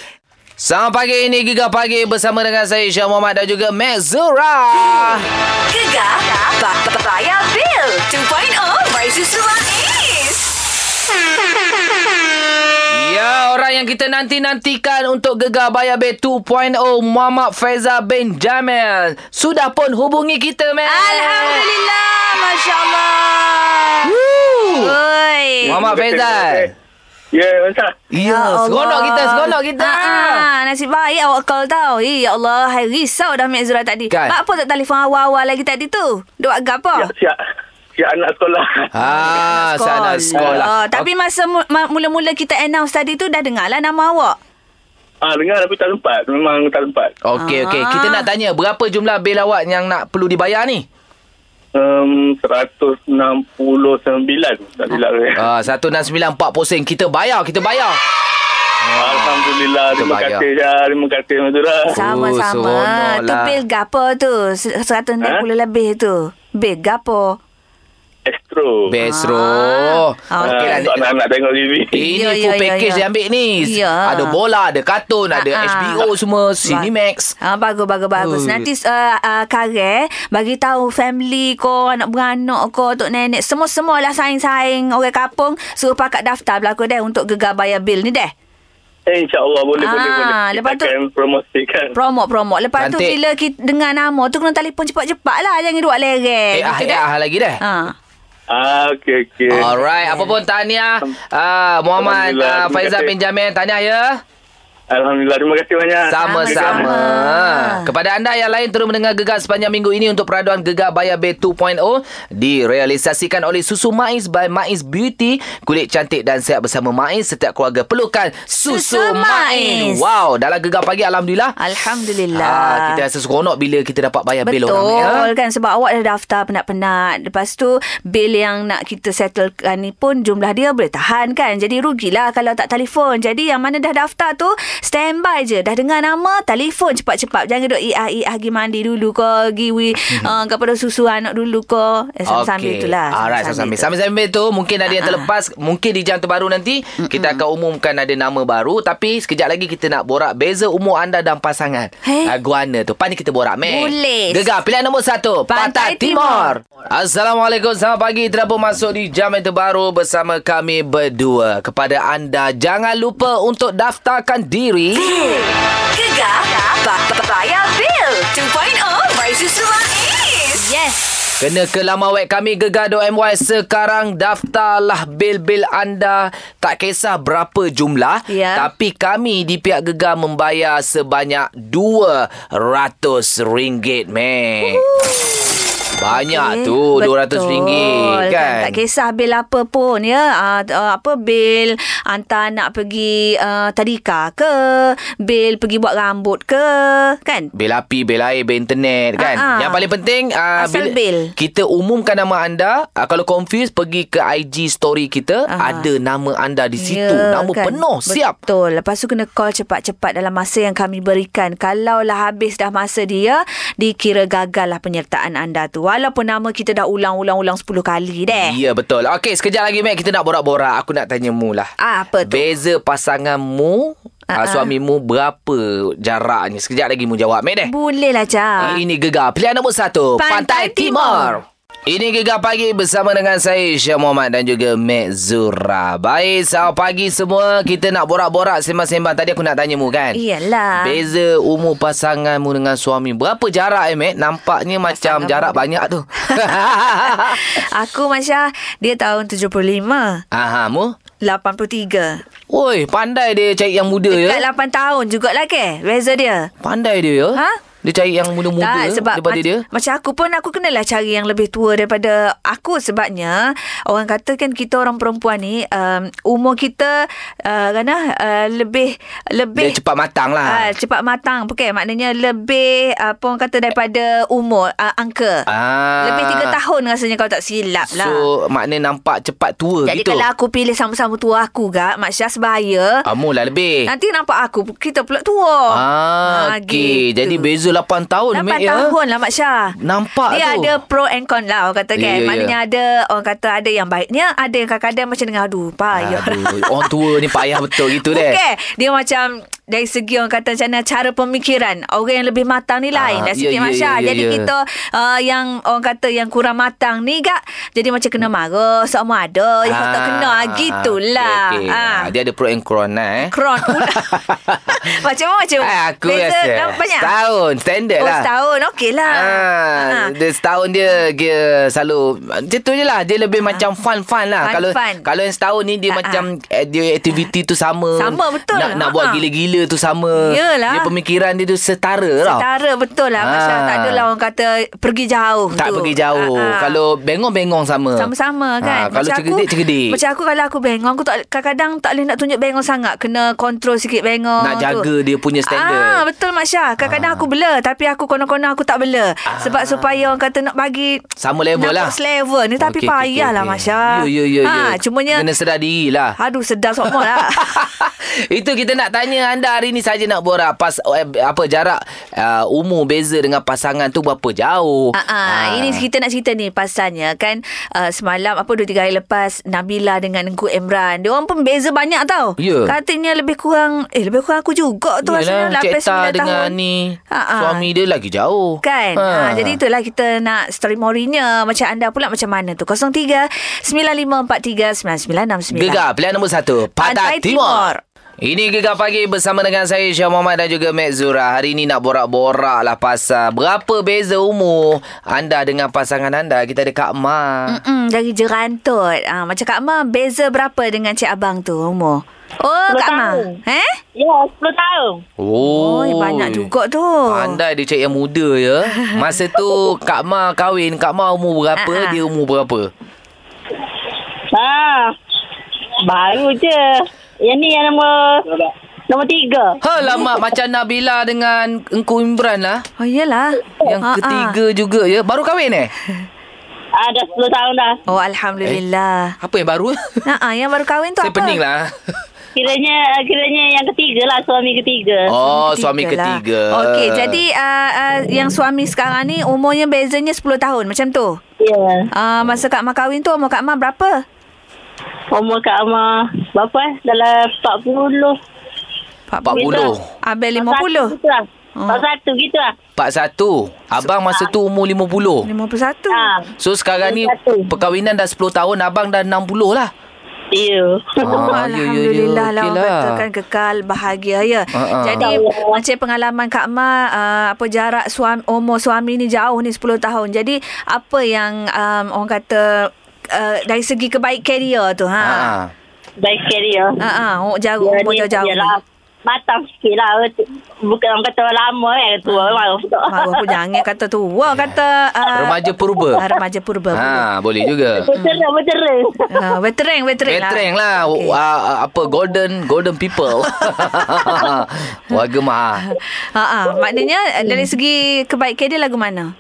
[SPEAKER 2] Selamat pagi ini Giga Pagi bersama dengan saya Syah Muhammad dan juga Mek Zura.
[SPEAKER 1] Gegar. Ba- ba- Bayar bil. oh, 2.0 by Susula Is.
[SPEAKER 2] Ya, orang yang kita nanti-nantikan untuk Gegar Bayar B 2.0 oh, Muhammad Faiza bin Jamil. Sudah pun hubungi kita, Mek.
[SPEAKER 3] Alhamdulillah. Masya Allah.
[SPEAKER 2] Woo.
[SPEAKER 3] Oi.
[SPEAKER 2] Muhammad Faizal.
[SPEAKER 4] ya yeah,
[SPEAKER 2] Ya, seronok kita, seronok kita.
[SPEAKER 3] Ah, nasib baik awak call tau. Eh, ya Allah, hai risau dah Mek Zura tadi.
[SPEAKER 2] Kan? Ya.
[SPEAKER 3] Mak apa tak telefon awal-awal lagi tadi tu? Duk agak apa?
[SPEAKER 4] siap siap anak sekolah
[SPEAKER 2] Ah, sana sekolah.
[SPEAKER 3] Ah, tapi masa mu- ma- mula-mula kita announce tadi tu dah dengar lah nama awak.
[SPEAKER 5] Ah dengar tapi tak sempat. Memang tak sempat.
[SPEAKER 2] Okey, okey. Kita
[SPEAKER 3] Ah.
[SPEAKER 2] nak tanya, berapa jumlah bil awak yang nak perlu dibayar ni?
[SPEAKER 5] Um, 169 tak silap eh. saya.
[SPEAKER 2] Ah, 169.40 sen. Kita bayar, kita bayar.
[SPEAKER 5] Alhamdulillah.
[SPEAKER 2] Kita
[SPEAKER 5] Terima
[SPEAKER 2] bayar.
[SPEAKER 5] kasih Jah. Terima kasih Madura.
[SPEAKER 3] Sama-sama.
[SPEAKER 2] Oh, seronok
[SPEAKER 3] tu
[SPEAKER 2] lah.
[SPEAKER 3] bil gapo tu? Se- 160 lebih tu. Bil gapo?
[SPEAKER 5] Astro.
[SPEAKER 2] Best
[SPEAKER 3] Ah.
[SPEAKER 2] roh.
[SPEAKER 3] Ah,
[SPEAKER 5] Ah,
[SPEAKER 2] Okey lah.
[SPEAKER 5] untuk anak-anak tengok TV.
[SPEAKER 2] Ini
[SPEAKER 3] Ya, ya,
[SPEAKER 2] full
[SPEAKER 3] ya,
[SPEAKER 2] package
[SPEAKER 3] ya.
[SPEAKER 2] dia ambil ni.
[SPEAKER 3] Ya.
[SPEAKER 2] Ada bola, ada kartun, ada
[SPEAKER 3] Ah, ah.
[SPEAKER 2] HBO semua, Cinemax.
[SPEAKER 3] Ah, bagus, bagus, bagus.
[SPEAKER 2] Oh.
[SPEAKER 3] Nanti uh, uh, Kare bagi tahu family ko, anak beranak ko, tok nenek, semua-semualah saing-saing orang kampung suruh pakat daftar belaka deh untuk gegar bayar bil ni deh.
[SPEAKER 5] Eh, InsyaAllah boleh,
[SPEAKER 3] Ah,
[SPEAKER 5] boleh, boleh. Kita
[SPEAKER 3] lepas tu-
[SPEAKER 5] akan promosikan.
[SPEAKER 3] Promo promo. Lepas tu
[SPEAKER 2] Cantik.
[SPEAKER 3] bila kita dengar nama tu kena telefon cepat-cepat lah jangan duk lereng.
[SPEAKER 2] Eh, ah,
[SPEAKER 3] Gitu
[SPEAKER 2] eh,
[SPEAKER 3] dah.
[SPEAKER 2] ah lagi dah.
[SPEAKER 3] Ha.
[SPEAKER 5] ah, okey, okey.
[SPEAKER 2] Alright, apa pun tahniah ah, Muhammad
[SPEAKER 5] Alhamdulillah,
[SPEAKER 2] ah,
[SPEAKER 5] terima
[SPEAKER 2] Faizal
[SPEAKER 5] kasih.
[SPEAKER 2] bin Jamil Tahniah ya
[SPEAKER 5] Alhamdulillah, terima kasih banyak.
[SPEAKER 2] Sama-sama Kepada anda yang lain Terus mendengar gegar sepanjang minggu ini Untuk peraduan gegar Bayar B 2.0 Direalisasikan oleh Susu Maiz By Maiz Beauty Kulit cantik dan sehat bersama Maiz Setiap keluarga perlukan Susu,
[SPEAKER 3] Susu Maiz.
[SPEAKER 2] Maiz. Wow, dalam gegar pagi Alhamdulillah
[SPEAKER 3] Alhamdulillah.
[SPEAKER 2] ah, Kita rasa seronok Bila kita dapat bayar bil
[SPEAKER 3] Betul
[SPEAKER 2] orang ni, ah.
[SPEAKER 3] kan sebab awak dah daftar penat-penat. Lepas tu bil yang nak kita settlekan ni pun jumlah dia boleh tahan kan. Jadi rugilah kalau tak telefon. Jadi yang mana dah daftar tu standby je. Dah dengar nama telefon cepat-cepat. Jangan "Eh, duk iah iah ah, pergi mandi dulu ke, pergi wi uh, kepada susu anak dulu ke. Eh, sambil-sambil
[SPEAKER 2] Mhm. Okey.
[SPEAKER 3] tu lah.
[SPEAKER 2] Alright, sambil-sambil. Sambil-sambil tu mungkin ada
[SPEAKER 3] Ah,
[SPEAKER 2] yang
[SPEAKER 3] ah.
[SPEAKER 2] terlepas. Mungkin di jam terbaru nanti kita akan umumkan ada nama baru. Tapi sekejap lagi kita nak borak beza umur anda dan pasangan.
[SPEAKER 3] Hei.
[SPEAKER 2] Ah, Guana tu. Pani kita borak, meh.
[SPEAKER 3] Boleh.
[SPEAKER 2] Gegar pilihan nombor satu. Pantai,
[SPEAKER 3] Pantai
[SPEAKER 2] Timur. Assalamualaikum. Selamat pagi. Terapa masuk di jam yang terbaru bersama kami berdua. Kepada anda, jangan lupa untuk daftarkan diri.
[SPEAKER 1] Gegar ba- ba- Bayar Bil 2.0 by Susu Maiz.
[SPEAKER 3] Yes.
[SPEAKER 2] Kena ke laman web kami gegar.my sekarang daftarlah bil-bil anda tak kisah berapa jumlah
[SPEAKER 3] Ya.
[SPEAKER 2] tapi kami di pihak gegar membayar sebanyak RM200 meh.
[SPEAKER 3] Okey,
[SPEAKER 2] Banyak tu RM200
[SPEAKER 3] Eh, betul,
[SPEAKER 2] kan.
[SPEAKER 3] Tak kisah bil apa pun ya. Uh, uh, apa bil hantar nak pergi uh, tadika ke, bil pergi buat rambut ke, kan?
[SPEAKER 2] Bil api, bil air, bil internet kan.
[SPEAKER 3] Ah, ah.
[SPEAKER 2] Yang paling penting ah,
[SPEAKER 3] Asal
[SPEAKER 2] bila
[SPEAKER 3] bil.
[SPEAKER 2] kita umumkan nama anda, ah, kalau confused pergi ke IG story kita,
[SPEAKER 3] Ah.
[SPEAKER 2] ada nama anda di situ.
[SPEAKER 3] Ya,
[SPEAKER 2] nama penuh,
[SPEAKER 3] kan?
[SPEAKER 2] siap.
[SPEAKER 3] Betul. Lepas tu kena call cepat-cepat dalam masa yang kami berikan. Kalau lah habis dah masa dia, dikira gagal lah penyertaan anda tu. Walaupun nama kita dah ulang-ulang-ulang 10 kali deh.
[SPEAKER 2] Ya betul Okey sekejap lagi Mac Kita nak borak-borak Aku nak tanya mu lah
[SPEAKER 3] Ah, apa tu?
[SPEAKER 2] Beza pasanganmu uh-uh.
[SPEAKER 3] Ah, ah.
[SPEAKER 2] Suamimu Berapa jaraknya Sekejap lagi mu jawab Mac deh Eh,
[SPEAKER 3] Boleh lah, Cha.
[SPEAKER 2] Ah, Ini gegar Pilihan nombor satu Pantai,
[SPEAKER 3] Pantai
[SPEAKER 2] Timur. Ini Gegar Pagi bersama dengan saya Syah Muhammad dan juga Mek Zura. Baik, selamat pagi semua. Kita nak borak-borak sembang-sembang. Tadi aku nak tanya mu kan?
[SPEAKER 3] Iyalah.
[SPEAKER 2] Beza umur pasanganmu dengan suami. Berapa jarak eh, Mek? Nampaknya macam
[SPEAKER 3] Pasangan
[SPEAKER 2] jarak
[SPEAKER 3] muda.
[SPEAKER 2] banyak tu.
[SPEAKER 3] Aku Masya Dia tahun 75
[SPEAKER 2] Aha, mu?
[SPEAKER 3] 83
[SPEAKER 2] Woi, pandai dia cari yang muda
[SPEAKER 3] Dekat lah.
[SPEAKER 2] ya.
[SPEAKER 3] 8 tahun jugalah ke Beza dia
[SPEAKER 2] Pandai dia ya.
[SPEAKER 3] Ha?
[SPEAKER 2] Dia cari yang muda-muda
[SPEAKER 3] sebab
[SPEAKER 2] daripada
[SPEAKER 3] mac-
[SPEAKER 2] dia.
[SPEAKER 3] Macam aku pun Aku kenalah cari yang lebih tua Daripada aku Sebabnya Orang kata kan Kita orang perempuan ni um, Umur kita uh, Rana uh, Lebih
[SPEAKER 2] Dia
[SPEAKER 3] Lebih
[SPEAKER 2] cepat matang
[SPEAKER 3] Ah,
[SPEAKER 2] lah.
[SPEAKER 3] cepat matang Bukan maknanya lebih apa orang kata daripada umur uh, angka.
[SPEAKER 2] Ah.
[SPEAKER 3] Lebih tiga tahun rasanya kalau tak silap lah.
[SPEAKER 2] So, maknanya nampak cepat tua
[SPEAKER 3] Jadi
[SPEAKER 2] gitu.
[SPEAKER 3] kalau aku pilih sama-sama tua aku gak Mak Syah sebaya
[SPEAKER 2] Kamu lah lebih.
[SPEAKER 3] Nanti oh. nampak aku Kita pula tua
[SPEAKER 2] Ah, okey. Jadi beza 8 tahun,
[SPEAKER 3] 8
[SPEAKER 2] Mek, ya.
[SPEAKER 3] tahun lah Mak Syah
[SPEAKER 2] Nampak
[SPEAKER 3] Dia
[SPEAKER 2] tu.
[SPEAKER 3] ada pro and con lah Orang kata
[SPEAKER 2] Ya,
[SPEAKER 3] kan
[SPEAKER 2] ya, ya.
[SPEAKER 3] Maknanya ada Orang kata ada yang baiknya Ada yang kadang-kadang macam dengan Aduh payah
[SPEAKER 2] Aduh, orang tua ni payah betul gitu deh.
[SPEAKER 3] Bukan Dia macam Dari segi orang kata macam mana Cara pemikiran Orang yang lebih matang ni lain
[SPEAKER 2] Ah,
[SPEAKER 3] Dah sikit
[SPEAKER 2] ya, ya,
[SPEAKER 3] Masya
[SPEAKER 2] ya, ya,
[SPEAKER 3] Jadi
[SPEAKER 2] ya.
[SPEAKER 3] kita uh, Yang orang kata Yang kurang matang ni gak Jadi macam kena marah Sama ada Yang Oh, tak kena ah, Gitulah
[SPEAKER 2] Ah, okey, okey.
[SPEAKER 3] Ah.
[SPEAKER 2] Dia ada pro and con lah eh.
[SPEAKER 3] Kron pula Macam mana macam mana?
[SPEAKER 2] Ah, aku
[SPEAKER 3] Beza
[SPEAKER 2] rasa
[SPEAKER 3] dah banyak
[SPEAKER 2] Setahun Standard
[SPEAKER 3] Oh
[SPEAKER 2] lah
[SPEAKER 3] setahun Okey lah
[SPEAKER 2] Ah,
[SPEAKER 3] Ah.
[SPEAKER 2] dia setahun dia dia selalu macam tu je lah dia lebih macam fun-fun lah
[SPEAKER 3] Fun,
[SPEAKER 2] kalau
[SPEAKER 3] Ah. fun.
[SPEAKER 2] kalau yang setahun ni dia
[SPEAKER 3] Ah,
[SPEAKER 2] macam eh, dia aktiviti tu sama
[SPEAKER 3] Sama, betul.
[SPEAKER 2] nak nak
[SPEAKER 3] Ah.
[SPEAKER 2] buat gila-gila tu sama
[SPEAKER 3] Yelah.
[SPEAKER 2] dia pemikiran dia tu setara tau
[SPEAKER 3] Setara betul lah Masya
[SPEAKER 2] Ah.
[SPEAKER 3] tak adalah orang kata Pergi jauh
[SPEAKER 2] tak
[SPEAKER 3] tu.
[SPEAKER 2] pergi jauh
[SPEAKER 3] Ah, ah.
[SPEAKER 2] kalau bengong-bengong sama
[SPEAKER 3] sama-sama kan
[SPEAKER 2] Ah, kalau
[SPEAKER 3] Macam aku-
[SPEAKER 2] cegedik-cegedik
[SPEAKER 3] Macam aku kalau aku bengong Aku tak, kadang-kadang tak boleh nak tunjuk bengong sangat Kena kontrol sikit bengong
[SPEAKER 2] Nak
[SPEAKER 3] tu.
[SPEAKER 2] jaga dia punya standard.
[SPEAKER 3] ah,
[SPEAKER 2] Ah.
[SPEAKER 3] Betul Masya Kadang-kadang aku bela Tapi aku konon-konon aku tak bela Sebab supaya orang kata nak bagi
[SPEAKER 2] sama level Ah. lah
[SPEAKER 3] Nampak level ni Tapi
[SPEAKER 2] Okey, okey, okey,
[SPEAKER 3] payah lah
[SPEAKER 2] okey.
[SPEAKER 3] Masya
[SPEAKER 2] ya ya ya
[SPEAKER 3] Ah,
[SPEAKER 2] ya
[SPEAKER 3] Cumanya
[SPEAKER 2] kena sedar diri lah
[SPEAKER 3] Aduh sedar semua lah
[SPEAKER 2] Itu kita nak tanya anda anda hari ni saja nak borak pas eh, apa jarak uh, umur beza dengan pasangan tu berapa jauh.
[SPEAKER 3] Ah, ah, ini kita nak cerita ni pasalnya kan uh, semalam apa 2 3 hari lepas Nabila dengan Engku Emran. Dia orang pun beza banyak tau.
[SPEAKER 2] Ya.
[SPEAKER 3] Katanya lebih kurang eh lebih kurang aku juga tu asalnya
[SPEAKER 2] Yelah, Cik
[SPEAKER 3] lapan
[SPEAKER 2] Ta
[SPEAKER 3] sembilan
[SPEAKER 2] dengan
[SPEAKER 3] tahun.
[SPEAKER 2] ni Ah.
[SPEAKER 3] Ah, ah.
[SPEAKER 2] Suami dia lagi jauh
[SPEAKER 3] Kan ha. Jadi itulah kita nak Story morinya Macam anda pula Macam mana tu 03 9543 9969
[SPEAKER 2] Gegar pilihan nombor satu Pantai, Pantai
[SPEAKER 3] Pantai
[SPEAKER 2] Timur.
[SPEAKER 3] Timur.
[SPEAKER 2] Ini Gegar Pagi bersama dengan saya Syah Muhammad dan juga Mek Zura Hari ini nak borak-borak lah pasal Berapa beza umur anda dengan pasangan anda Kita ada Kak Ma
[SPEAKER 3] Mm-mm, dari jerantut. Ha, macam Kak Ma, beza berapa dengan Cik Abang tu umur? Oh,
[SPEAKER 6] Sepuluh
[SPEAKER 3] Kak Ma.
[SPEAKER 6] tahun.
[SPEAKER 3] Eh?
[SPEAKER 6] Ya, 10 tahun.
[SPEAKER 3] Oh, banyak juga tu.
[SPEAKER 2] Pandai dia cik yang muda ya Masa tu Kak Ma kahwin Kak Ma umur berapa
[SPEAKER 3] Ah, ah.
[SPEAKER 2] Dia umur berapa
[SPEAKER 6] Ha. Baru je. Yang ni yang nombor nombor tiga.
[SPEAKER 2] Ha lama macam Nabila dengan Engku Imran lah
[SPEAKER 3] Oh, iyalah.
[SPEAKER 2] Yang
[SPEAKER 3] Ha, ha.
[SPEAKER 2] ketiga juga ya Baru kahwin eh
[SPEAKER 6] Ah, dah 10 tahun dah.
[SPEAKER 3] Oh, Alhamdulillah.
[SPEAKER 2] Apa yang baru
[SPEAKER 3] Nah, ah, yang baru kahwin tu
[SPEAKER 2] Eh? Saya
[SPEAKER 3] apa?
[SPEAKER 2] pening lah
[SPEAKER 6] Kiranya kiranya yang ketiga lah suami ketiga.
[SPEAKER 2] Oh suami ketiga
[SPEAKER 3] Lah. Okey, jadi uh, uh, yang suami sekarang ni umurnya bezanya 10 tahun macam tu.
[SPEAKER 6] Ya. Yeah.
[SPEAKER 3] Uh, masa Kak Ma kahwin tu umur Kak Ma berapa?
[SPEAKER 6] Umur Kak Amar berapa eh? Dalam 40.
[SPEAKER 2] 40
[SPEAKER 3] Abel 50.
[SPEAKER 6] Gitu lah.
[SPEAKER 3] Oh.
[SPEAKER 6] Oh. Satu gitu lah.
[SPEAKER 2] 41 Abang masa tu umur 50
[SPEAKER 3] 51.
[SPEAKER 7] Ah,
[SPEAKER 6] Ha.
[SPEAKER 2] So sekarang ni
[SPEAKER 6] 41.
[SPEAKER 2] Perkahwinan dah 10 tahun Abang dah 60 lah
[SPEAKER 6] Ya.
[SPEAKER 2] Ah, ya, ya, ya.
[SPEAKER 3] lah, Alhamdulillah lah
[SPEAKER 2] Okey
[SPEAKER 3] orang
[SPEAKER 2] lah.
[SPEAKER 3] kata kan kekal bahagia ya.
[SPEAKER 2] Ah, ah.
[SPEAKER 3] Jadi macam pengalaman Kak Ma uh, apa jarak suami umur suami ni jauh ni 10 tahun. Jadi apa yang um, orang kata uh, dari segi kebaik career tu ha.
[SPEAKER 2] Ah.
[SPEAKER 6] Baik carrier.
[SPEAKER 3] Ha ah orang jauh
[SPEAKER 6] Ya,
[SPEAKER 3] umur
[SPEAKER 6] ni
[SPEAKER 3] jauh-jauh.
[SPEAKER 6] Yalah. Matang sikit lah. Bukan orang kata lama eh. Tua
[SPEAKER 3] Ah,
[SPEAKER 6] maruf tu.
[SPEAKER 3] Maruf Ha, pun jangan kata tu. Wah kata uh,
[SPEAKER 2] Ya. Remaja purba
[SPEAKER 3] Ah, remaja purba. Ha.
[SPEAKER 2] Ha, boleh juga
[SPEAKER 6] Betul betul.
[SPEAKER 3] Uh, veteran, veteran,
[SPEAKER 2] Veteran lah,
[SPEAKER 3] Okey.
[SPEAKER 2] okay. uh, Apa Golden Golden people Warga maha
[SPEAKER 3] Ha ah, maknanya ah, dari segi kebaikan dia lagu mana?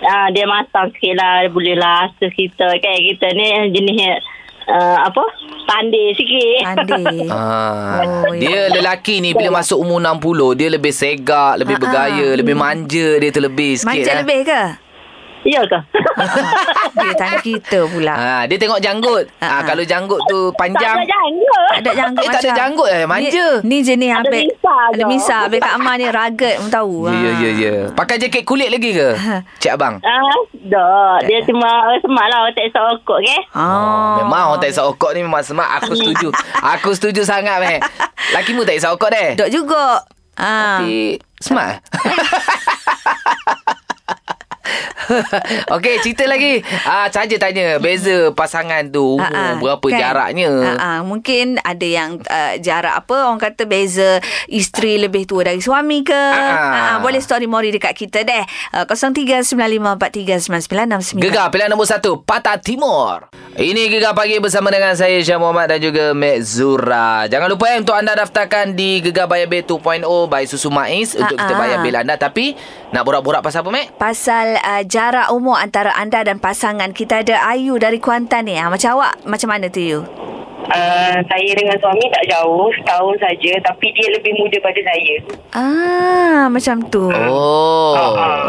[SPEAKER 6] Ah, dia matang sikit lah. Dia boleh lah asuh kita. Kan kita ni jenis uh, apa? Pandai sikit.
[SPEAKER 3] Pandai.
[SPEAKER 2] Ah,
[SPEAKER 3] Oh,
[SPEAKER 2] dia lelaki ni bila masuk umur 60 dia lebih segak, lebih
[SPEAKER 3] Ah, ah.
[SPEAKER 2] bergaya, lebih manja dia terlebih sikit.
[SPEAKER 3] Manja
[SPEAKER 2] eh.
[SPEAKER 3] lebih ke?
[SPEAKER 6] Ya ke?
[SPEAKER 3] Dia tanya kita pula.
[SPEAKER 2] Ah, dia tengok janggut. Ah,
[SPEAKER 3] Ah, ah.
[SPEAKER 2] kalau janggut
[SPEAKER 6] Tak
[SPEAKER 2] tu
[SPEAKER 6] ada
[SPEAKER 2] panjang.
[SPEAKER 6] janggut.
[SPEAKER 3] Tak ada janggut
[SPEAKER 2] Eh, tak ada
[SPEAKER 3] macam.
[SPEAKER 2] janggut eh, manja.
[SPEAKER 3] Ni, ni jenis
[SPEAKER 6] Ada
[SPEAKER 3] ambil.
[SPEAKER 6] misah
[SPEAKER 3] Ada
[SPEAKER 6] je.
[SPEAKER 3] misah. Ambil Kak Amar ni rugged pun tahu.
[SPEAKER 2] Ya ya ya ya. Pakai jaket kulit lagi ke? Cik abang.
[SPEAKER 6] Ah, tak. Dia cuma oh, semak lah. Tak esok okok ke?
[SPEAKER 3] Oh.
[SPEAKER 2] Memang orang tak isap okok ni memang semak. Aku setuju. Aku setuju sangat meh. Laki mu tak isap okok deh.
[SPEAKER 3] Dok juga. Ah.
[SPEAKER 2] Tapi semak. Okey, cerita lagi. Ah, saja tanya beza pasangan tu umur
[SPEAKER 3] Ah, ah,
[SPEAKER 2] berapa
[SPEAKER 3] kan?
[SPEAKER 2] jaraknya?
[SPEAKER 3] Ah, ah, mungkin ada yang uh, jarak apa orang kata beza isteri lebih tua dari suami ke.
[SPEAKER 2] Ah, ah.
[SPEAKER 3] Ah, ah, boleh story mori dekat kita deh. Uh, 0395439969.
[SPEAKER 2] Gegar pilihan nombor satu Patah Timur Ini Gegar Pagi bersama dengan saya Syah Muhammad dan juga Mek Zura Jangan lupa eh, untuk anda daftarkan di Gegar Bayar Bil 2.0 oh, by Susu Maiz Untuk kita
[SPEAKER 3] Ah, ah.
[SPEAKER 2] bayar bil anda Tapi nak borak-borak pasal apa Mek?
[SPEAKER 3] Pasal uh, jarak umur antara anda dan pasangan Kita ada Ayu dari Kuantan ni ha, Macam awak Macam mana tu you?
[SPEAKER 7] Uh, saya dengan suami tak jauh, setahun saja tapi dia lebih muda pada saya.
[SPEAKER 3] Ah, macam tu
[SPEAKER 2] Oh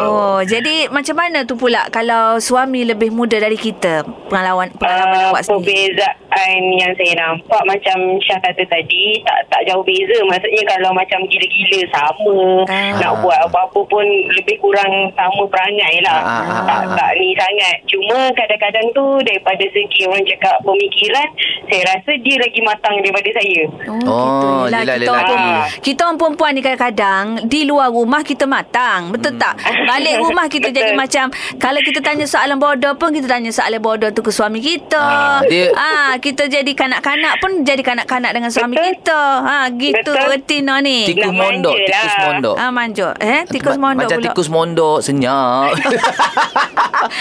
[SPEAKER 3] Oh, jadi macam mana tu pula Kalau suami lebih muda dari kita Pengalaman, pengalaman
[SPEAKER 7] Uh,
[SPEAKER 3] awak sendiri
[SPEAKER 7] perbezaan yang saya nampak macam Syah kata tadi tak tak jauh beza. Maksudnya kalau macam gila-gila sama,
[SPEAKER 3] Ah.
[SPEAKER 7] nak buat apa-apa pun lebih kurang sama perangai lah.
[SPEAKER 2] Ah, ah,
[SPEAKER 7] Tak,
[SPEAKER 2] ah.
[SPEAKER 7] tak ni sangat. Cuma kadang-kadang tu daripada segi orang cakap pemikiran, saya rasa dia lagi matang daripada saya.
[SPEAKER 2] Oh,
[SPEAKER 3] gitu. Yelah, kita,
[SPEAKER 2] yelah, yelah.
[SPEAKER 3] orang perempuan,
[SPEAKER 7] Ah.
[SPEAKER 3] kita orang perempuan ni kadang-kadang Di luar rumah kita matang Betul
[SPEAKER 2] Hmm.
[SPEAKER 3] tak? Balik rumah kita jadi
[SPEAKER 7] Betul.
[SPEAKER 3] macam Kalau kita tanya soalan bodoh pun Kita tanya soalan bodoh tu ke suami kita
[SPEAKER 2] Ah, dia-
[SPEAKER 3] ah, Kita jadi kanak-kanak pun Jadi kanak-kanak dengan suami
[SPEAKER 7] Betul.
[SPEAKER 3] kita ha, Gitu
[SPEAKER 7] Betul.
[SPEAKER 3] retina ni
[SPEAKER 7] Tik-
[SPEAKER 2] Tikus
[SPEAKER 7] Nak
[SPEAKER 2] mondok
[SPEAKER 7] manja
[SPEAKER 2] Tikus
[SPEAKER 7] lah.
[SPEAKER 2] mondok
[SPEAKER 3] Ah manjur Eh tikus
[SPEAKER 2] Ma-
[SPEAKER 3] mondok
[SPEAKER 2] Macam
[SPEAKER 3] pula
[SPEAKER 2] tikus mondok Senyap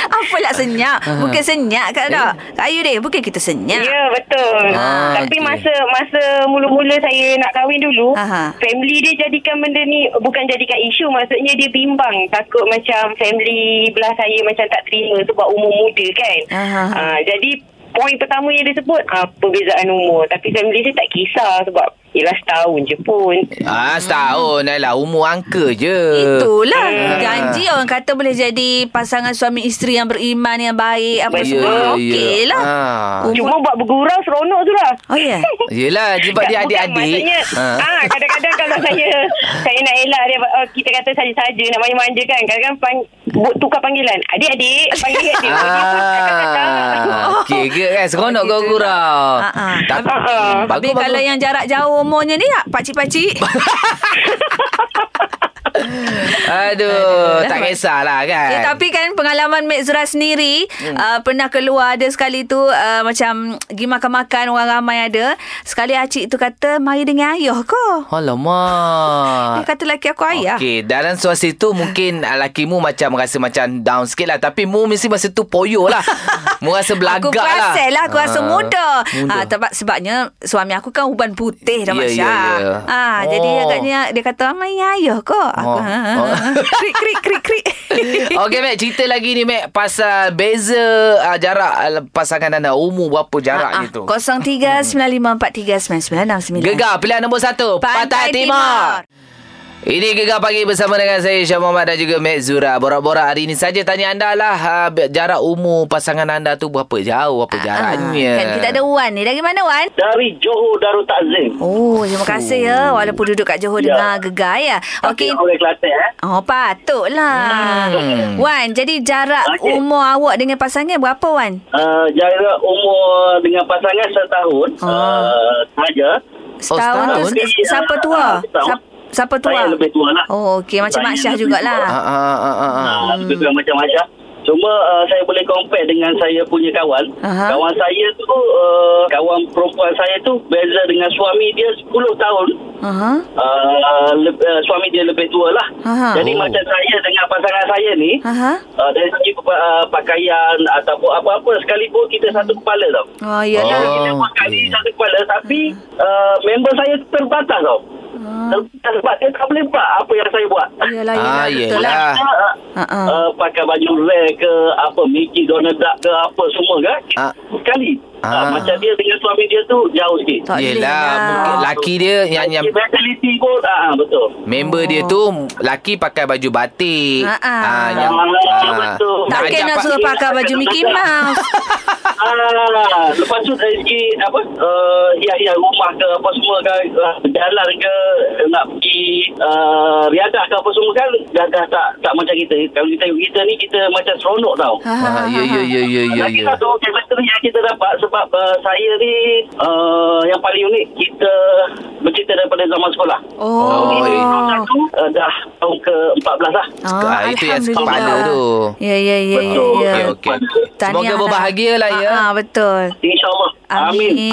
[SPEAKER 3] Apa lah senyap
[SPEAKER 2] Ah.
[SPEAKER 3] Bukan senyap
[SPEAKER 2] Ya.
[SPEAKER 3] kat tak Kayu deh Bukan kita
[SPEAKER 7] Ya,
[SPEAKER 3] senyap
[SPEAKER 7] yeah, betul.
[SPEAKER 2] Ah,
[SPEAKER 7] Tapi
[SPEAKER 2] okey.
[SPEAKER 7] masa masa mula-mula saya nak kahwin dulu,
[SPEAKER 3] Aha.
[SPEAKER 7] family dia jadikan benda ni bukan jadikan isu, maksudnya dia bimbang takut macam family belah saya macam tak terima sebab umur muda kan.
[SPEAKER 3] Aha.
[SPEAKER 2] Ah,
[SPEAKER 7] Ah, jadi poin pertama yang dia sebut ah, perbezaan umur, tapi family saya tak kisah sebab Yelah setahun je pun
[SPEAKER 2] Ah, setahun hmm. lah. Umur angka je.
[SPEAKER 3] Itulah
[SPEAKER 2] Ah.
[SPEAKER 3] Janji orang kata boleh jadi Pasangan suami isteri Yang beriman Yang baik Apa
[SPEAKER 2] Ya,
[SPEAKER 3] semua
[SPEAKER 2] ya.
[SPEAKER 3] Okey lah
[SPEAKER 2] Ah.
[SPEAKER 3] Umur-
[SPEAKER 7] Cuma buat bergurau seronok tu lah
[SPEAKER 3] Oh ya yeah.
[SPEAKER 2] Yelah, sebab dia adik-adik.
[SPEAKER 7] Maksudnya,
[SPEAKER 2] Ah.
[SPEAKER 7] ha. ah, kadang-kadang kalau saya saya nak elak dia, oh, kita kata saja-saja nak manja-manja kan. Kadang-kadang pang, bu- tukar panggilan. Adik-adik, panggil dia. Dia
[SPEAKER 3] lah.
[SPEAKER 7] pun kadang-kadang.
[SPEAKER 2] Ah, okey ke kan seronok kau gurau.
[SPEAKER 3] Ah, ah.
[SPEAKER 2] Tapi
[SPEAKER 7] Ah, ah.
[SPEAKER 3] Habis
[SPEAKER 2] bagus bagus.
[SPEAKER 3] kalau yang jarak jauh umurnya ni Pakcik-pakcik
[SPEAKER 2] Aduh,
[SPEAKER 3] Aduh,
[SPEAKER 2] tak
[SPEAKER 3] dah.
[SPEAKER 2] kisahlah kan.
[SPEAKER 3] Ya, tapi kan pengalaman Mek Zura sendiri hmm. uh, pernah keluar ada sekali tu uh, macam pergi makan-makan orang ramai ada. Sekali acik tu kata mari dengan ayah ko. Dia
[SPEAKER 2] Alamak.
[SPEAKER 3] kata laki aku ayah.
[SPEAKER 2] Okey, dalam suasana tu mungkin ah, laki mu macam rasa macam down sikit lah. Tapi mu mesti masa tu poyo lah. mu rasa
[SPEAKER 3] Aku
[SPEAKER 2] belagak lah.
[SPEAKER 3] perasan lah Aku rasa
[SPEAKER 2] Ah,
[SPEAKER 3] muda,
[SPEAKER 2] muda.
[SPEAKER 3] Ah, sebab, Sebabnya Suami aku kan uban putih dah
[SPEAKER 2] Ya,
[SPEAKER 3] Masya
[SPEAKER 2] ya, ya.
[SPEAKER 3] Ah,
[SPEAKER 2] Oh.
[SPEAKER 3] Jadi agaknya Dia kata Amai ayah ko Aku
[SPEAKER 2] Oh. Oh.
[SPEAKER 3] oh. Krik krik krik krik
[SPEAKER 2] Okey Mac, cerita lagi ni Mac pasal beza uh, jarak uh, pasangan anda. Umur berapa jarak
[SPEAKER 3] Ah, ah.
[SPEAKER 2] dia tu?
[SPEAKER 3] 0395439969.
[SPEAKER 2] Gegar pilihan nombor satu Pantai, Pantai Timur. Timur Ini Gegar Pagi bersama dengan saya Syah Muhammad dan juga Mek Zura Borak-borak hari ini saja tanya anda lah ha, be- Jarak umur pasangan anda tu berapa jauh Berapa jaraknya
[SPEAKER 3] Ah, kan kita ada Wan ni. Dari mana Wan?
[SPEAKER 4] Dari Johor Darul Takzim.
[SPEAKER 3] Oh, terima kasih ya. Walaupun duduk kat Johor
[SPEAKER 4] Ya.
[SPEAKER 3] dengar gegar ya. Okey.
[SPEAKER 4] Orang Kelantan eh.
[SPEAKER 3] Oh, patutlah.
[SPEAKER 2] Hmm.
[SPEAKER 3] Hmm. Wan, jadi jarak
[SPEAKER 4] Okey.
[SPEAKER 3] umur awak dengan pasangan berapa Wan?
[SPEAKER 5] Ah,
[SPEAKER 4] Uh, jarak umur dengan pasangan setahun
[SPEAKER 3] Oh.
[SPEAKER 5] ah,
[SPEAKER 4] uh, saja.
[SPEAKER 3] Setahun,
[SPEAKER 2] setahun?
[SPEAKER 3] tu s- siapa tua?
[SPEAKER 4] Setahun.
[SPEAKER 3] Siapa, siapa tua?
[SPEAKER 4] Saya lebih tua lah.
[SPEAKER 3] Oh, okey macam
[SPEAKER 4] Saya
[SPEAKER 3] Mak Syah
[SPEAKER 4] lebih
[SPEAKER 2] Ah,
[SPEAKER 3] jugalah.
[SPEAKER 2] ah, ah, ah, ah.
[SPEAKER 4] Ah, lebih kurang macam Aisyah. Cuma uh, saya boleh compare dengan saya punya kawan.
[SPEAKER 3] Aha.
[SPEAKER 4] Kawan saya tu, uh, kawan perempuan saya tu beza dengan suami dia 10 tahun.
[SPEAKER 3] Aha.
[SPEAKER 4] Uh, le- uh, suami dia lebih tua lah.
[SPEAKER 3] Aha.
[SPEAKER 4] Jadi
[SPEAKER 2] Oh. Ha.
[SPEAKER 4] macam saya dengan pasangan saya ni,
[SPEAKER 3] Aha.
[SPEAKER 4] uh, dari segi uh, pakaian ataupun apa-apa sekalipun kita satu kepala tau.
[SPEAKER 3] Oh,
[SPEAKER 4] Kalau
[SPEAKER 3] iyalah.
[SPEAKER 4] kita
[SPEAKER 2] Oh,
[SPEAKER 4] buat
[SPEAKER 2] Hmm.
[SPEAKER 4] kali
[SPEAKER 2] okey. Hmm.
[SPEAKER 4] satu kepala tapi uh, member saya terbatas tau. Terbatas sebab dia tak boleh buat apa yang saya buat.
[SPEAKER 3] Iyalah,
[SPEAKER 2] Ah,
[SPEAKER 3] iyalah. Betul lah.
[SPEAKER 2] yelah.
[SPEAKER 4] Kita, uh,
[SPEAKER 3] Ha ah.
[SPEAKER 4] Uh, pakai baju rare ke apa Mickey Donald Duck ke apa semua kan
[SPEAKER 2] Ah.
[SPEAKER 4] sekali
[SPEAKER 2] Ah.
[SPEAKER 4] ah. macam dia dengan suami dia tu jauh sikit
[SPEAKER 3] Tak boleh
[SPEAKER 2] Yelah
[SPEAKER 3] lah.
[SPEAKER 2] mungkin laki dia yang, yang
[SPEAKER 4] Lagi mentality pun ah, betul
[SPEAKER 2] Member dia tu Laki pakai baju batik
[SPEAKER 3] Oh. Ah, ah.
[SPEAKER 2] Ah, yang,
[SPEAKER 4] Ah,
[SPEAKER 2] ah.
[SPEAKER 4] betul.
[SPEAKER 3] Tak
[SPEAKER 2] ajak
[SPEAKER 3] kena
[SPEAKER 2] pak-
[SPEAKER 3] suruh pakai baju Mickey Mouse.
[SPEAKER 4] ah, lepas tu dari segi apa uh, hias-hias rumah ke apa semua kan uh, jalan ke nak pergi uh, riadah ke apa semua kan dah, dah tak tak macam kita kalau kita kita ni kita macam seronok tau
[SPEAKER 2] ah, Ya ya ya ya ya
[SPEAKER 4] Lagi
[SPEAKER 2] ya.
[SPEAKER 4] satu chemistry yang kita dapat sebab uh, saya ni uh, yang paling unik kita bercerita daripada zaman sekolah.
[SPEAKER 3] Oh.
[SPEAKER 2] Oh, eh.
[SPEAKER 4] Satu uh, dah tahun ke-14 lah.
[SPEAKER 2] Ah, itu yang kepala tu.
[SPEAKER 3] Ya, ya, ya, ya.
[SPEAKER 4] Betul.
[SPEAKER 3] ya.
[SPEAKER 2] Okey okey. Semoga berbahagia lah ya.
[SPEAKER 3] Ah, ah, betul.
[SPEAKER 4] InsyaAllah. Amin.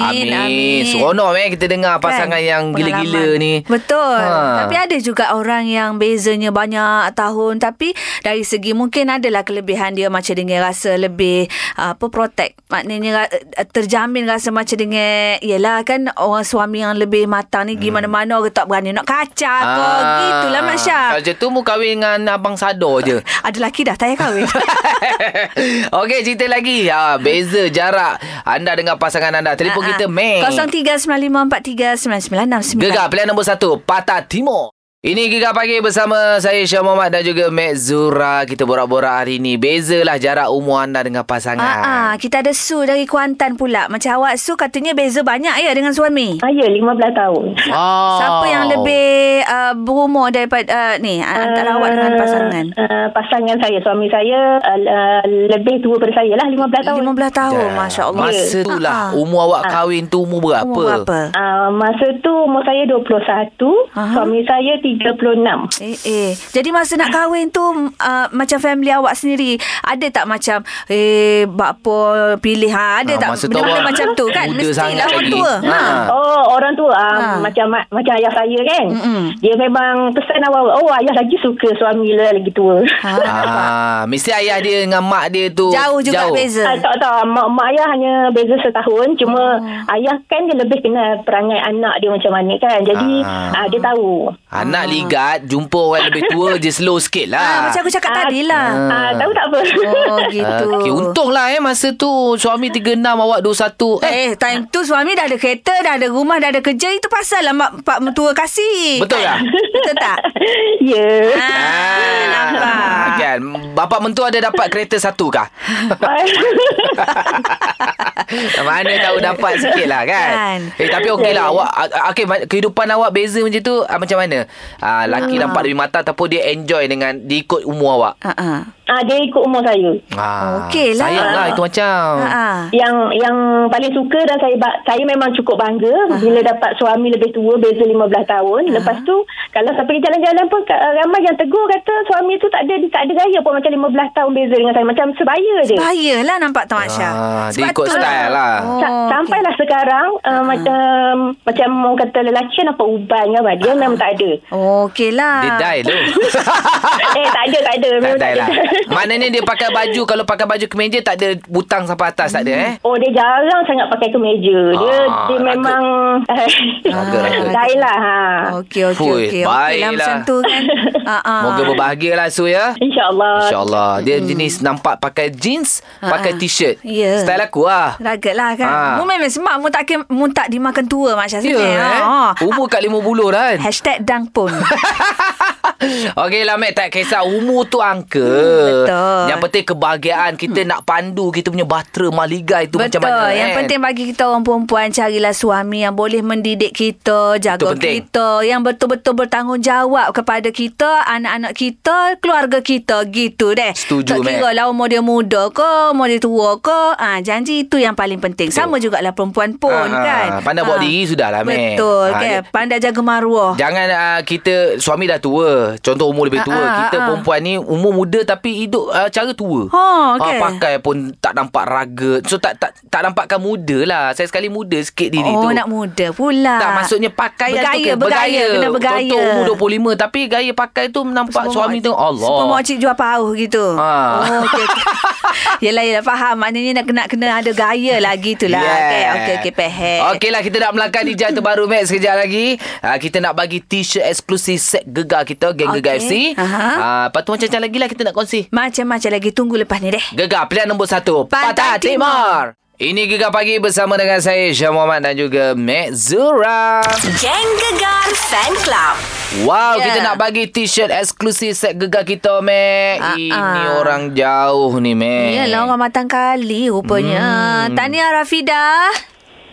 [SPEAKER 3] Amin. Kan?
[SPEAKER 2] Amin. Amin. Seronok eh kita dengar pasangan yang
[SPEAKER 3] Pengalaman.
[SPEAKER 2] gila-gila ni.
[SPEAKER 3] Betul
[SPEAKER 2] Ha.
[SPEAKER 3] ha. Tapi ada juga orang yang Bezanya banyak tahun Tapi dari segi mungkin Adalah kelebihan dia Macam dengan rasa lebih uh, Apa protect Maknanya ra- uh, Terjamin rasa macam dengan Yelah kan Orang suami yang lebih matang ni Gimana
[SPEAKER 2] Hmm.
[SPEAKER 3] mana orang tak berani Nak kacau ha.
[SPEAKER 2] Ah.
[SPEAKER 3] kau Gitulah Mak Syah
[SPEAKER 2] Kalau macam tu mu kahwin dengan abang Sado je.
[SPEAKER 3] Ada lelaki dah Tak payah kahwin
[SPEAKER 2] Okey, cerita lagi. Ha, beza jarak anda dengan pasangan anda. Telefon
[SPEAKER 3] Ah, ah.
[SPEAKER 2] kita, Mei.
[SPEAKER 3] 0395439969.
[SPEAKER 2] Gegar pilihan nombor satu Patah Timur ini Gegar Pagi bersama saya Syah Muhammad dan juga Mek Zura. Kita borak-borak hari ini. Bezalah jarak umur anda dengan pasangan.
[SPEAKER 3] Ah, ah, kita ada Su dari Kuantan pula. Macam awak Su katanya beza banyak ya dengan suami.
[SPEAKER 7] Saya 15 tahun.
[SPEAKER 2] Wow.
[SPEAKER 3] Siapa yang lebih uh, berumur daripada uh, ni uh, antara awak dengan pasangan?
[SPEAKER 7] Uh, pasangan saya, suami saya uh, uh, lebih tua daripada saya lah 15 tahun.
[SPEAKER 3] 15 tahun, masya-Allah. Ah,
[SPEAKER 2] Masa tu lah umur awak kahwin tu umur berapa?
[SPEAKER 3] Umur berapa?
[SPEAKER 7] Uh, masa tu umur saya 21,
[SPEAKER 3] Aha.
[SPEAKER 7] suami saya 36.
[SPEAKER 3] Eh, eh. Jadi masa nak kahwin tu uh, macam family awak sendiri ada tak macam eh bapa pilih ha ada
[SPEAKER 2] Ah,
[SPEAKER 3] tak
[SPEAKER 2] masa tu
[SPEAKER 3] benda-benda
[SPEAKER 2] awak
[SPEAKER 3] macam tu kan
[SPEAKER 2] muda sangat
[SPEAKER 3] mestilah orang
[SPEAKER 2] lagi.
[SPEAKER 3] tua. Ha.
[SPEAKER 2] Ah.
[SPEAKER 7] Oh orang tu um,
[SPEAKER 3] Ha.
[SPEAKER 7] ha. macam mak- macam ayah saya kan.
[SPEAKER 3] Mm-mm.
[SPEAKER 7] Dia memang pesan awal-awal. Oh ayah lagi suka suami lah lagi tua.
[SPEAKER 3] Ha.
[SPEAKER 2] Ah, mesti ayah dia dengan mak dia tu
[SPEAKER 3] Jauh juga beza.
[SPEAKER 7] Ah, tak tak mak, mak ayah hanya beza setahun cuma ayah kan dia lebih kenal perangai anak dia macam mana kan. Jadi
[SPEAKER 2] Ah.
[SPEAKER 7] ah. dia tahu.
[SPEAKER 2] Anak nak ligat, jumpa orang lebih tua je slow
[SPEAKER 3] Ah,
[SPEAKER 2] sikit lah.
[SPEAKER 3] macam aku cakap tadi lah.
[SPEAKER 7] Ah, tahu tak apa.
[SPEAKER 3] Oh, gitu.
[SPEAKER 2] Okey, untunglah eh masa tu suami 36 awak 21. Eh,
[SPEAKER 3] Eh, time tu suami dah ada kereta, dah ada rumah, dah ada kerja. Itu pasal lah mak, pak mentua kasih. Kan?
[SPEAKER 2] Betul lah. tak?
[SPEAKER 3] Betul tak?
[SPEAKER 7] ya.
[SPEAKER 3] Ah, nampak.
[SPEAKER 2] Kan, bapak mentua ada dapat kereta satu kah? Mana tahu dapat sikit lah kan.
[SPEAKER 3] Kan.
[SPEAKER 2] Eh tapi okey lah awak ah, okey ma- kehidupan awak beza macam tu ah, macam mana? Ah laki nampak dari mata ataupun dia enjoy dengan diikut umur awak.
[SPEAKER 3] Ah, ah.
[SPEAKER 7] Ah, dia ikut umur saya.
[SPEAKER 2] Ah
[SPEAKER 3] Okey lah.
[SPEAKER 2] Sayang lah itu macam.
[SPEAKER 3] Ah, ah.
[SPEAKER 7] yang yang paling suka dan saya ba- saya memang cukup bangga
[SPEAKER 3] Ah.
[SPEAKER 7] uh-huh. bila dapat suami lebih tua beza 15 tahun uh-huh. lepas tu kalau saya pergi jalan-jalan pun ka- ramai yang tegur kata suami tu tak ada tak ada gaya pun macam 15 tahun beza dengan saya macam sebaya je
[SPEAKER 3] Bahayalah nampak tu Aisyah.
[SPEAKER 2] Ah, dia ikut style lah.
[SPEAKER 3] Oh,
[SPEAKER 7] Sa-
[SPEAKER 3] okey. Ah.
[SPEAKER 7] Sampailah sekarang uh, macam macam orang kata lelaki kan apa uban kan Abang? dia memang tak ada.
[SPEAKER 3] Oh, Okey lah.
[SPEAKER 2] Dia die tu.
[SPEAKER 7] eh tak ada tak ada
[SPEAKER 2] tak
[SPEAKER 7] memang
[SPEAKER 2] die lah. Maknanya dia pakai baju kalau pakai baju kemeja tak ada butang sampai atas tak ada eh.
[SPEAKER 7] Oh dia jarang sangat pakai kemeja. Dia
[SPEAKER 2] Ah,
[SPEAKER 7] dia
[SPEAKER 2] raga.
[SPEAKER 7] memang
[SPEAKER 2] Raga, raga.
[SPEAKER 7] Lain lah ha.
[SPEAKER 3] Ah. Okey, okey,
[SPEAKER 2] Fui,
[SPEAKER 3] okey. Okey lah
[SPEAKER 2] baiklah.
[SPEAKER 3] macam tu kan. Ah, ah. Hmm.
[SPEAKER 2] Moga berbahagia lah Su ya.
[SPEAKER 7] InsyaAllah.
[SPEAKER 2] InsyaAllah Dia jenis nampak pakai jeans
[SPEAKER 3] Ah,
[SPEAKER 2] Pakai t-shirt
[SPEAKER 3] ya.
[SPEAKER 2] Style aku lah
[SPEAKER 3] Ragat lah kan.
[SPEAKER 2] Ah.
[SPEAKER 3] Mu memang semak. Mu tak, ke- mu tak dimakan tua Masya
[SPEAKER 2] Ya
[SPEAKER 3] sebenarnya.
[SPEAKER 2] eh
[SPEAKER 3] Ah.
[SPEAKER 2] Umur kat 50 dah kan
[SPEAKER 3] Hashtag dang pun.
[SPEAKER 2] Okey lah Mac Tak kisah umur tu angka
[SPEAKER 3] Hmm, betul.
[SPEAKER 2] Yang penting kebahagiaan Kita nak pandu Kita punya bahtera Maligai tu
[SPEAKER 3] Betul.
[SPEAKER 2] macam mana
[SPEAKER 3] yang
[SPEAKER 2] kan?
[SPEAKER 3] penting bagi kita orang perempuan carilah suami yang boleh mendidik kita, jaga
[SPEAKER 2] Itu penting.
[SPEAKER 3] kita, yang betul-betul bertanggungjawab kepada kita, anak-anak kita, keluarga kita gitu deh.
[SPEAKER 2] Setuju,
[SPEAKER 3] Tak
[SPEAKER 2] Mat.
[SPEAKER 3] kira lah umur dia muda ke, umur dia tua ke, ah ha, janji itu yang paling penting. Sama jugalah perempuan pun
[SPEAKER 2] Ah, ah.
[SPEAKER 3] kan.
[SPEAKER 2] Pandai bawa diri sudahlah, Mat.
[SPEAKER 3] Betul
[SPEAKER 2] Ah,
[SPEAKER 3] kan.
[SPEAKER 2] dia-
[SPEAKER 3] Pandai jaga maruah.
[SPEAKER 2] Jangan uh, kita Suami dah tua Contoh umur lebih tua
[SPEAKER 3] Ah, ah,
[SPEAKER 2] Kita
[SPEAKER 3] ah.
[SPEAKER 2] perempuan ni Umur muda tapi hidup uh, Cara tua
[SPEAKER 3] Ha, okey.
[SPEAKER 2] Ah, Pakai pun tak nampak raga So tak tak tak nampakkan muda lah Saya sekali muda sikit diri
[SPEAKER 3] oh,
[SPEAKER 2] tu
[SPEAKER 3] nak muda pula.
[SPEAKER 2] Tak maksudnya pakaian
[SPEAKER 3] bergaya,
[SPEAKER 2] tu ke-
[SPEAKER 3] bergaya, kena bergaya.
[SPEAKER 2] Contoh umur 25 Tapi gaya pakai tu Nampak
[SPEAKER 3] Semua
[SPEAKER 2] suami
[SPEAKER 3] mak-
[SPEAKER 2] tu Allah
[SPEAKER 3] Semua mak cik jual pauh gitu
[SPEAKER 2] Ha.
[SPEAKER 3] Oh okey okay. Yelah yelah faham Maknanya nak kena, kena ada gaya lagi tu lah yeah. Okey okey okay, pehek
[SPEAKER 2] Okey lah kita nak melangkah di jalan terbaru Max sekejap lagi. Uh, kita nak bagi t-shirt eksklusif set gegar kita geng okay. Gegar
[SPEAKER 3] Okey.
[SPEAKER 2] FC.
[SPEAKER 3] Aha.
[SPEAKER 2] Uh, lepas tu macam-macam lagi lah kita nak kongsi.
[SPEAKER 3] Macam-macam lagi tunggu lepas ni deh
[SPEAKER 2] Gegar pilihan nombor satu Pantai,
[SPEAKER 3] Pantai Timur.
[SPEAKER 2] Timur. Ini Gegar Pagi bersama dengan saya Syah Muhammad dan juga Mek Zura.
[SPEAKER 1] Geng Gegar Fan Club.
[SPEAKER 2] Wow,
[SPEAKER 3] Ya.
[SPEAKER 2] yeah. kita nak bagi t-shirt eksklusif set gegar kita, Mek.
[SPEAKER 3] Ah,
[SPEAKER 2] Ini
[SPEAKER 3] ah.
[SPEAKER 2] orang jauh ni, Mek.
[SPEAKER 3] Yelah orang matang kali rupanya hmm. Tahniah Rafida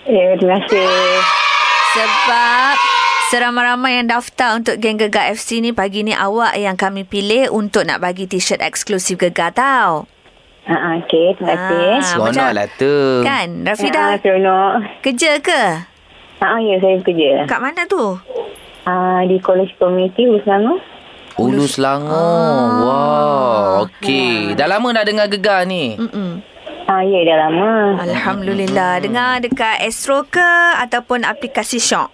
[SPEAKER 7] Eh, terima kasih.
[SPEAKER 3] Sebab Seramai-ramai yang daftar untuk geng Gegar FC ni Pagi ni awak yang kami pilih Untuk nak bagi t-shirt eksklusif Gegar tau
[SPEAKER 7] Ha, okey, terima kasih.
[SPEAKER 3] Ah,
[SPEAKER 2] Seronok
[SPEAKER 3] macam-
[SPEAKER 2] lah tu.
[SPEAKER 3] Kan
[SPEAKER 7] Ah,
[SPEAKER 3] Rafida
[SPEAKER 7] seronok.
[SPEAKER 3] Kerja ke?
[SPEAKER 7] Ah, ya, saya bekerja.
[SPEAKER 3] Kat mana tu?
[SPEAKER 7] Ah, di Kolej Community Hulu Selangor.
[SPEAKER 2] Ulu Selangor. Ah. Wow. Okey. Dah lama dah dengar gegar ni.
[SPEAKER 3] Mm-mm.
[SPEAKER 7] Ah, ya, dah lama.
[SPEAKER 3] Alhamdulillah. Dengar dekat Astro ke ataupun aplikasi Shock?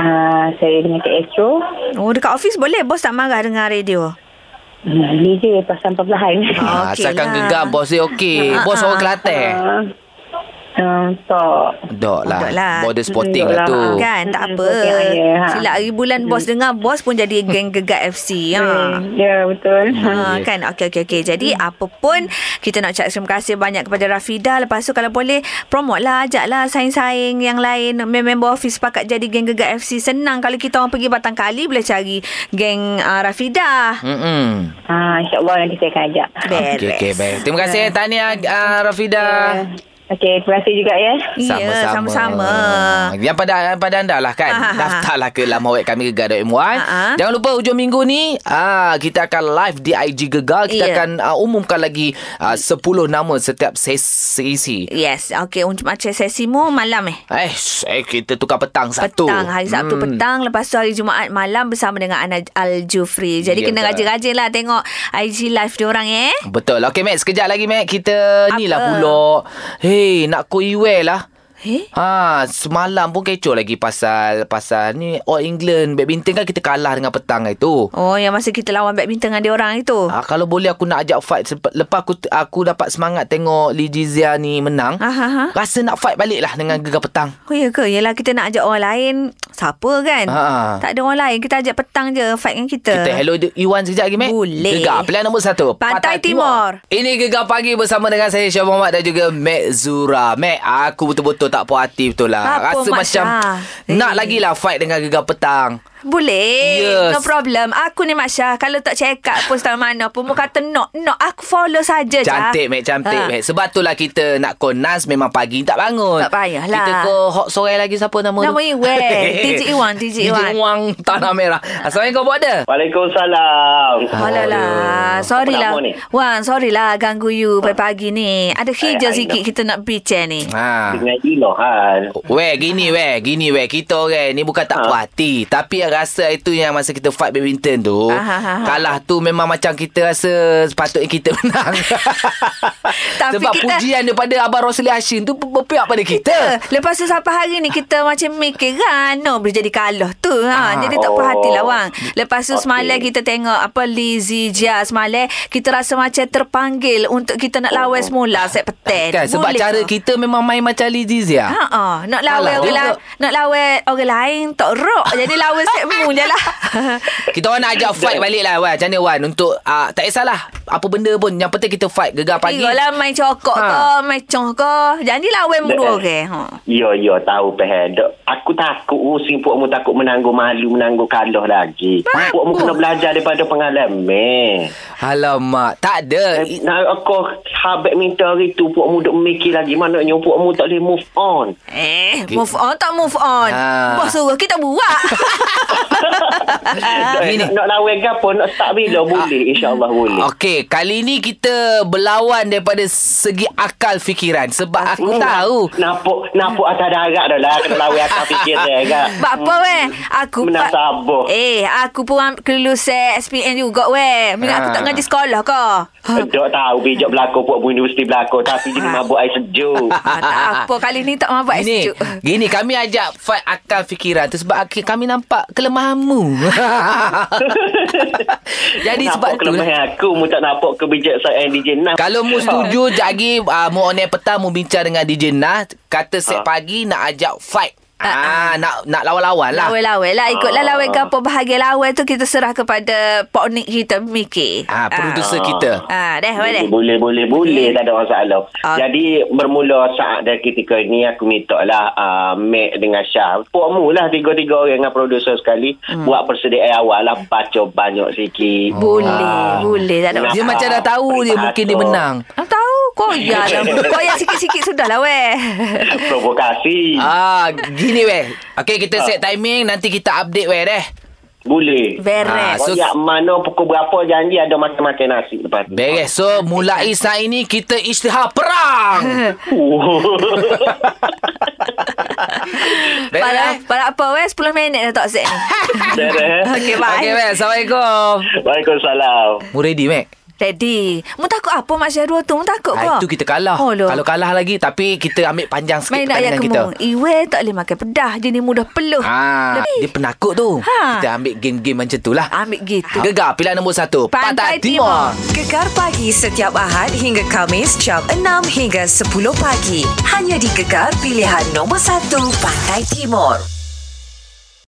[SPEAKER 7] Ah, saya dengan Kak Astro.
[SPEAKER 3] Oh, dekat office boleh. Bos tak marah dengar radio.
[SPEAKER 7] Hmm, ni je pasal perlahan.
[SPEAKER 2] Ah,
[SPEAKER 3] Okey lah.
[SPEAKER 2] asalkan gegar bos dia okey.
[SPEAKER 3] Ah,
[SPEAKER 2] Bos
[SPEAKER 3] ah,
[SPEAKER 2] orang Kelantan.
[SPEAKER 7] Ah, ah, tak.
[SPEAKER 2] Dok lah.
[SPEAKER 3] Dok lah.
[SPEAKER 2] Border sporting
[SPEAKER 7] Dok
[SPEAKER 2] lah
[SPEAKER 7] lah.
[SPEAKER 2] tu.
[SPEAKER 3] Kan? Tak
[SPEAKER 7] Mm-mm,
[SPEAKER 3] apa.
[SPEAKER 7] okey lah, ya. Ha.
[SPEAKER 3] Silap hari bulan bos dengar, bos pun jadi geng gegar FC. Ya.
[SPEAKER 7] Hmm, ya, betul.
[SPEAKER 3] Ha, kan okey okey okey jadi apa pun kita nak ucap terima kasih banyak kepada Rafida lepas tu kalau boleh promote lah ajak lah saing-saing yang lain Mem- member office sepakat jadi geng Gegar FC senang kalau kita orang pergi Batang Kali boleh cari geng uh, Rafida
[SPEAKER 2] Mm-mm.
[SPEAKER 7] Ah, InsyaAllah nanti saya akan ajak.
[SPEAKER 3] beres
[SPEAKER 2] Okey, okey, baik. Terima kasih. Tahniah uh, Rafida.
[SPEAKER 7] Okey, terima kasih juga ya.
[SPEAKER 3] Ya, sama-sama.
[SPEAKER 2] Ah, Yang pada pada anda lah kan.
[SPEAKER 3] Ah, ah, ah.
[SPEAKER 2] Daftarlah ke laman web kami gegar.my.
[SPEAKER 3] Ah, ah.
[SPEAKER 2] Jangan lupa hujung minggu ni ah kita akan live di IG Gegar. Kita
[SPEAKER 3] Ya.
[SPEAKER 2] akan ah, umumkan lagi ah, 10 nama setiap sesi.
[SPEAKER 3] Yes, okey untuk macam sesimu malam eh.
[SPEAKER 2] Eh, eh kita tukar petang satu.
[SPEAKER 3] Petang hari Sabtu hmm. petang lepas tu hari Jumaat malam bersama dengan Ana Al Jufri. Jadi
[SPEAKER 2] Ya,
[SPEAKER 3] kena
[SPEAKER 2] tak.
[SPEAKER 3] rajin-rajin lah tengok IG live dia orang eh.
[SPEAKER 2] Betul. Okey, Mac. Sekejap lagi, Mac. Kita ni lah
[SPEAKER 3] Apa?
[SPEAKER 2] pula. Hei, nak kau iwe lah.
[SPEAKER 3] Eh?
[SPEAKER 2] Ha, semalam pun kecoh lagi pasal pasal ni All England badminton kan kita kalah dengan petang itu.
[SPEAKER 3] Oh, yang masa kita lawan badminton dengan dia orang itu.
[SPEAKER 2] Ah, kalau boleh aku nak ajak fight Sep- lepas aku aku dapat semangat tengok Lee Jizia ni menang.
[SPEAKER 3] Ah, ah, ah.
[SPEAKER 2] Rasa nak fight balik lah dengan gegar petang.
[SPEAKER 3] Oh ya ke? Yelah kita nak ajak orang lain siapa kan?
[SPEAKER 2] Ha.
[SPEAKER 3] Tak ada orang lain. Kita ajak petang je fight dengan kita.
[SPEAKER 2] Kita hello Iwan sekejap lagi,
[SPEAKER 3] Eh,
[SPEAKER 2] Mek.
[SPEAKER 3] Boleh.
[SPEAKER 2] Gegar pilihan nombor satu.
[SPEAKER 3] Pantai Timur.
[SPEAKER 2] Ini Gegar Pagi bersama dengan saya Syah Muhammad dan juga Mek Zura. Mek, aku betul-betul tak puas hati betul lah.
[SPEAKER 3] Apa,
[SPEAKER 2] Rasa
[SPEAKER 3] Mak
[SPEAKER 2] macam
[SPEAKER 3] Syah?
[SPEAKER 2] nak
[SPEAKER 3] Eh.
[SPEAKER 2] lagi lah fight dengan Gegar Petang.
[SPEAKER 3] Boleh.
[SPEAKER 2] Yes.
[SPEAKER 3] No problem. Aku ni Mak Syah. Kalau tak check up pun setengah mana pun. Mu kata no. No. Aku follow saja Jah.
[SPEAKER 2] Cantik, Mek. Cantik,
[SPEAKER 3] Eh, Ha.
[SPEAKER 2] Mek. Sebab itulah kita nak konas memang pagi tak bangun.
[SPEAKER 3] Tak payahlah.
[SPEAKER 2] Kita ke hot sore lagi siapa nama
[SPEAKER 3] Nama Iwan. TJ Iwan, TJ Iwan.
[SPEAKER 2] TJ Iwan, Tanah Merah. Assalamualaikum buat ada.
[SPEAKER 4] Waalaikumsalam.
[SPEAKER 2] Oh,
[SPEAKER 3] Alalah, sorry lah.
[SPEAKER 4] Apa nama ni?
[SPEAKER 3] Wan, sorry lah ganggu
[SPEAKER 2] Oh.
[SPEAKER 3] you pagi-pagi ni. Ada hijau sikit kita nak bincang ni.
[SPEAKER 2] Ha.
[SPEAKER 4] Dengan Ilohan.
[SPEAKER 2] Weh gini weh Gini weh Kita orang ni bukan
[SPEAKER 3] Ah.
[SPEAKER 2] tak
[SPEAKER 4] Ha.
[SPEAKER 2] puas hati Tapi yang rasa itu yang masa kita fight badminton tu
[SPEAKER 3] Ah, ha, ha, ha.
[SPEAKER 2] Kalah tu memang macam kita rasa Sepatutnya kita menang
[SPEAKER 3] Tapi
[SPEAKER 2] Sebab
[SPEAKER 3] kita-
[SPEAKER 2] pujian daripada Abang Rosli Hashim tu Berpihak pada kita
[SPEAKER 3] Eh, Lepas tu sampai hari ni kita macam mikir kan no boleh jadi kalah tu ha.
[SPEAKER 2] Ah.
[SPEAKER 3] Jadi tak puas
[SPEAKER 4] Oh.
[SPEAKER 3] hati lah Wang. Lepas tu okay.
[SPEAKER 4] Okey.
[SPEAKER 3] semalam kita tengok apa Lizzie Jia semalam kita rasa macam terpanggil untuk kita nak lawan semula set petai.
[SPEAKER 2] Oh. Kan sebab
[SPEAKER 3] Boleh
[SPEAKER 2] cara
[SPEAKER 3] ke?
[SPEAKER 2] kita memang main macam Lizizia
[SPEAKER 3] Ha ah, nak
[SPEAKER 2] Kalah
[SPEAKER 3] lawan orang
[SPEAKER 2] juga.
[SPEAKER 3] lain, nak lawan orang lain tak rok. Jadi lawan set mu je lah.
[SPEAKER 2] Kita orang nak ajak fight balik lah Wan Macam mana Wan Untuk uh, tak kisahlah Apa benda pun Yang penting kita fight Gegar pagi
[SPEAKER 3] Pagi lah main cokok
[SPEAKER 2] Ha.
[SPEAKER 3] ha. ke, main cong ke. Jadi lawan mu dua orang. Ha.
[SPEAKER 4] Ya, ya, tahu peh. Dok, Aku takut oh, using puakmu takut menanggung malu, menanggung kalah lagi. Puakmu kena belajar daripada pengalaman.
[SPEAKER 2] Alamak Tak ada
[SPEAKER 4] Eh, Nah, aku habis minta hari tu puakmu duk mikir lagi. Maknanya puakmu tak boleh move on.
[SPEAKER 3] Eh, move on tak move on.
[SPEAKER 2] Ha.
[SPEAKER 3] Bos suruh kita buat.
[SPEAKER 2] Gini.
[SPEAKER 4] Nak, nak lawan ke apa, nak start
[SPEAKER 2] Ah.
[SPEAKER 4] bila boleh. InsyaAllah boleh.
[SPEAKER 2] Okey, kali ni kita berlawan daripada segi akal fikiran sebab aku
[SPEAKER 4] Hmm.
[SPEAKER 2] tahu.
[SPEAKER 4] Nampak, nampak atas darat dah lah. Kena lawan atas fikiran kan.
[SPEAKER 3] Buat apa weh? Aku
[SPEAKER 4] Menang Sabah.
[SPEAKER 3] Eh, aku pun am- kelulusan SPM juga weh. Minat aku
[SPEAKER 2] Ha.
[SPEAKER 3] tak ngaji sekolah ke? Ha.
[SPEAKER 4] Dok tahu bijak belakang puakmu universiti belakang.
[SPEAKER 2] Ah.
[SPEAKER 4] Tapi jadi mabuk air sejuk.
[SPEAKER 3] Ha, tak apa kali ni tak mabuk
[SPEAKER 2] Gini,
[SPEAKER 3] sejuk.
[SPEAKER 2] gini kami ajak fight akal fikiran tu sebab ak- kami nampak kelemahanmu. Jadi
[SPEAKER 4] Nampak
[SPEAKER 2] sebab tu eh,
[SPEAKER 4] kelemahan Ah. aku mu tak nampak kebijaksanaan DJ Nah.
[SPEAKER 2] kalau mu setuju jagi uh, mu on air petang mu bincang dengan DJ Nah kata set
[SPEAKER 4] Ah.
[SPEAKER 2] pagi nak ajak fight.
[SPEAKER 3] Ah,
[SPEAKER 2] Ah, nak nak lawan-lawan lah.
[SPEAKER 3] Lawa-lawa lah Ikutlah
[SPEAKER 4] Ah.
[SPEAKER 3] lawa ke apa Bahagian lawa tu Kita serah kepada Pak Nik kita mikir
[SPEAKER 2] Ah, producer
[SPEAKER 4] Ah.
[SPEAKER 2] kita.
[SPEAKER 3] Ah, dah boleh
[SPEAKER 4] Boleh, boleh, boleh. Tak ada masalah.
[SPEAKER 3] Ah.
[SPEAKER 4] Jadi, bermula saat dari ketika ni, aku minta lah uh, Mac dengan Syah. Puak mu lah tiga-tiga orang dengan produser sekali.
[SPEAKER 3] Hmm.
[SPEAKER 4] Buat persediaan awal lah. Baca banyak sikit.
[SPEAKER 3] Boleh,
[SPEAKER 4] Ah.
[SPEAKER 3] boleh. Tak ada
[SPEAKER 2] Dia
[SPEAKER 4] Ah,
[SPEAKER 2] macam dah tahu dia mungkin dia menang.
[SPEAKER 4] peribahasa.
[SPEAKER 3] Ah, tahu Koyak lah Koyak sikit-sikit sudah lah weh
[SPEAKER 4] Ah, Provokasi.
[SPEAKER 2] Ah, gini weh. Okey,
[SPEAKER 4] Ah.
[SPEAKER 2] kita set timing nanti kita update weh deh. Ah,
[SPEAKER 4] Boleh.
[SPEAKER 3] Beres
[SPEAKER 2] so-
[SPEAKER 4] So, Koyak mana pukul berapa janji ada makan-makan nasi lepas tu.
[SPEAKER 2] Beres. So, mulai saat ini kita isytihar perang.
[SPEAKER 3] Pada,
[SPEAKER 2] Beres.
[SPEAKER 3] pada apa weh 10 minit dah tak set ni
[SPEAKER 4] Beres.
[SPEAKER 3] Okay bye
[SPEAKER 2] Okey, Mek. Assalamualaikum.
[SPEAKER 4] Waalaikumsalam.
[SPEAKER 2] Mu ready, Mek?
[SPEAKER 3] Daddy, mu takut apa Mak Syahrul tu? Mu takut ke?
[SPEAKER 2] Ah, itu kita kalah.
[SPEAKER 3] Oh, loh.
[SPEAKER 2] Kalau kalah lagi, tapi kita ambil panjang sikit
[SPEAKER 3] Main nak ayat kemu.
[SPEAKER 2] pertandingan kita.
[SPEAKER 3] Iwe tak boleh makan pedah. Jenis mudah peluh.
[SPEAKER 2] Ah,
[SPEAKER 3] Lebih.
[SPEAKER 2] dia penakut tu.
[SPEAKER 3] Ha.
[SPEAKER 2] Kita ambil game-game macam tu lah.
[SPEAKER 3] Ambil gitu.
[SPEAKER 2] Gegar pilihan nombor satu.
[SPEAKER 3] Pantai
[SPEAKER 2] Pantai, Timur.
[SPEAKER 1] Gegar pagi setiap Ahad hingga Kamis jam 6 hingga 10 pagi. Hanya di Gegar pilihan nombor 1 Pantai Timur.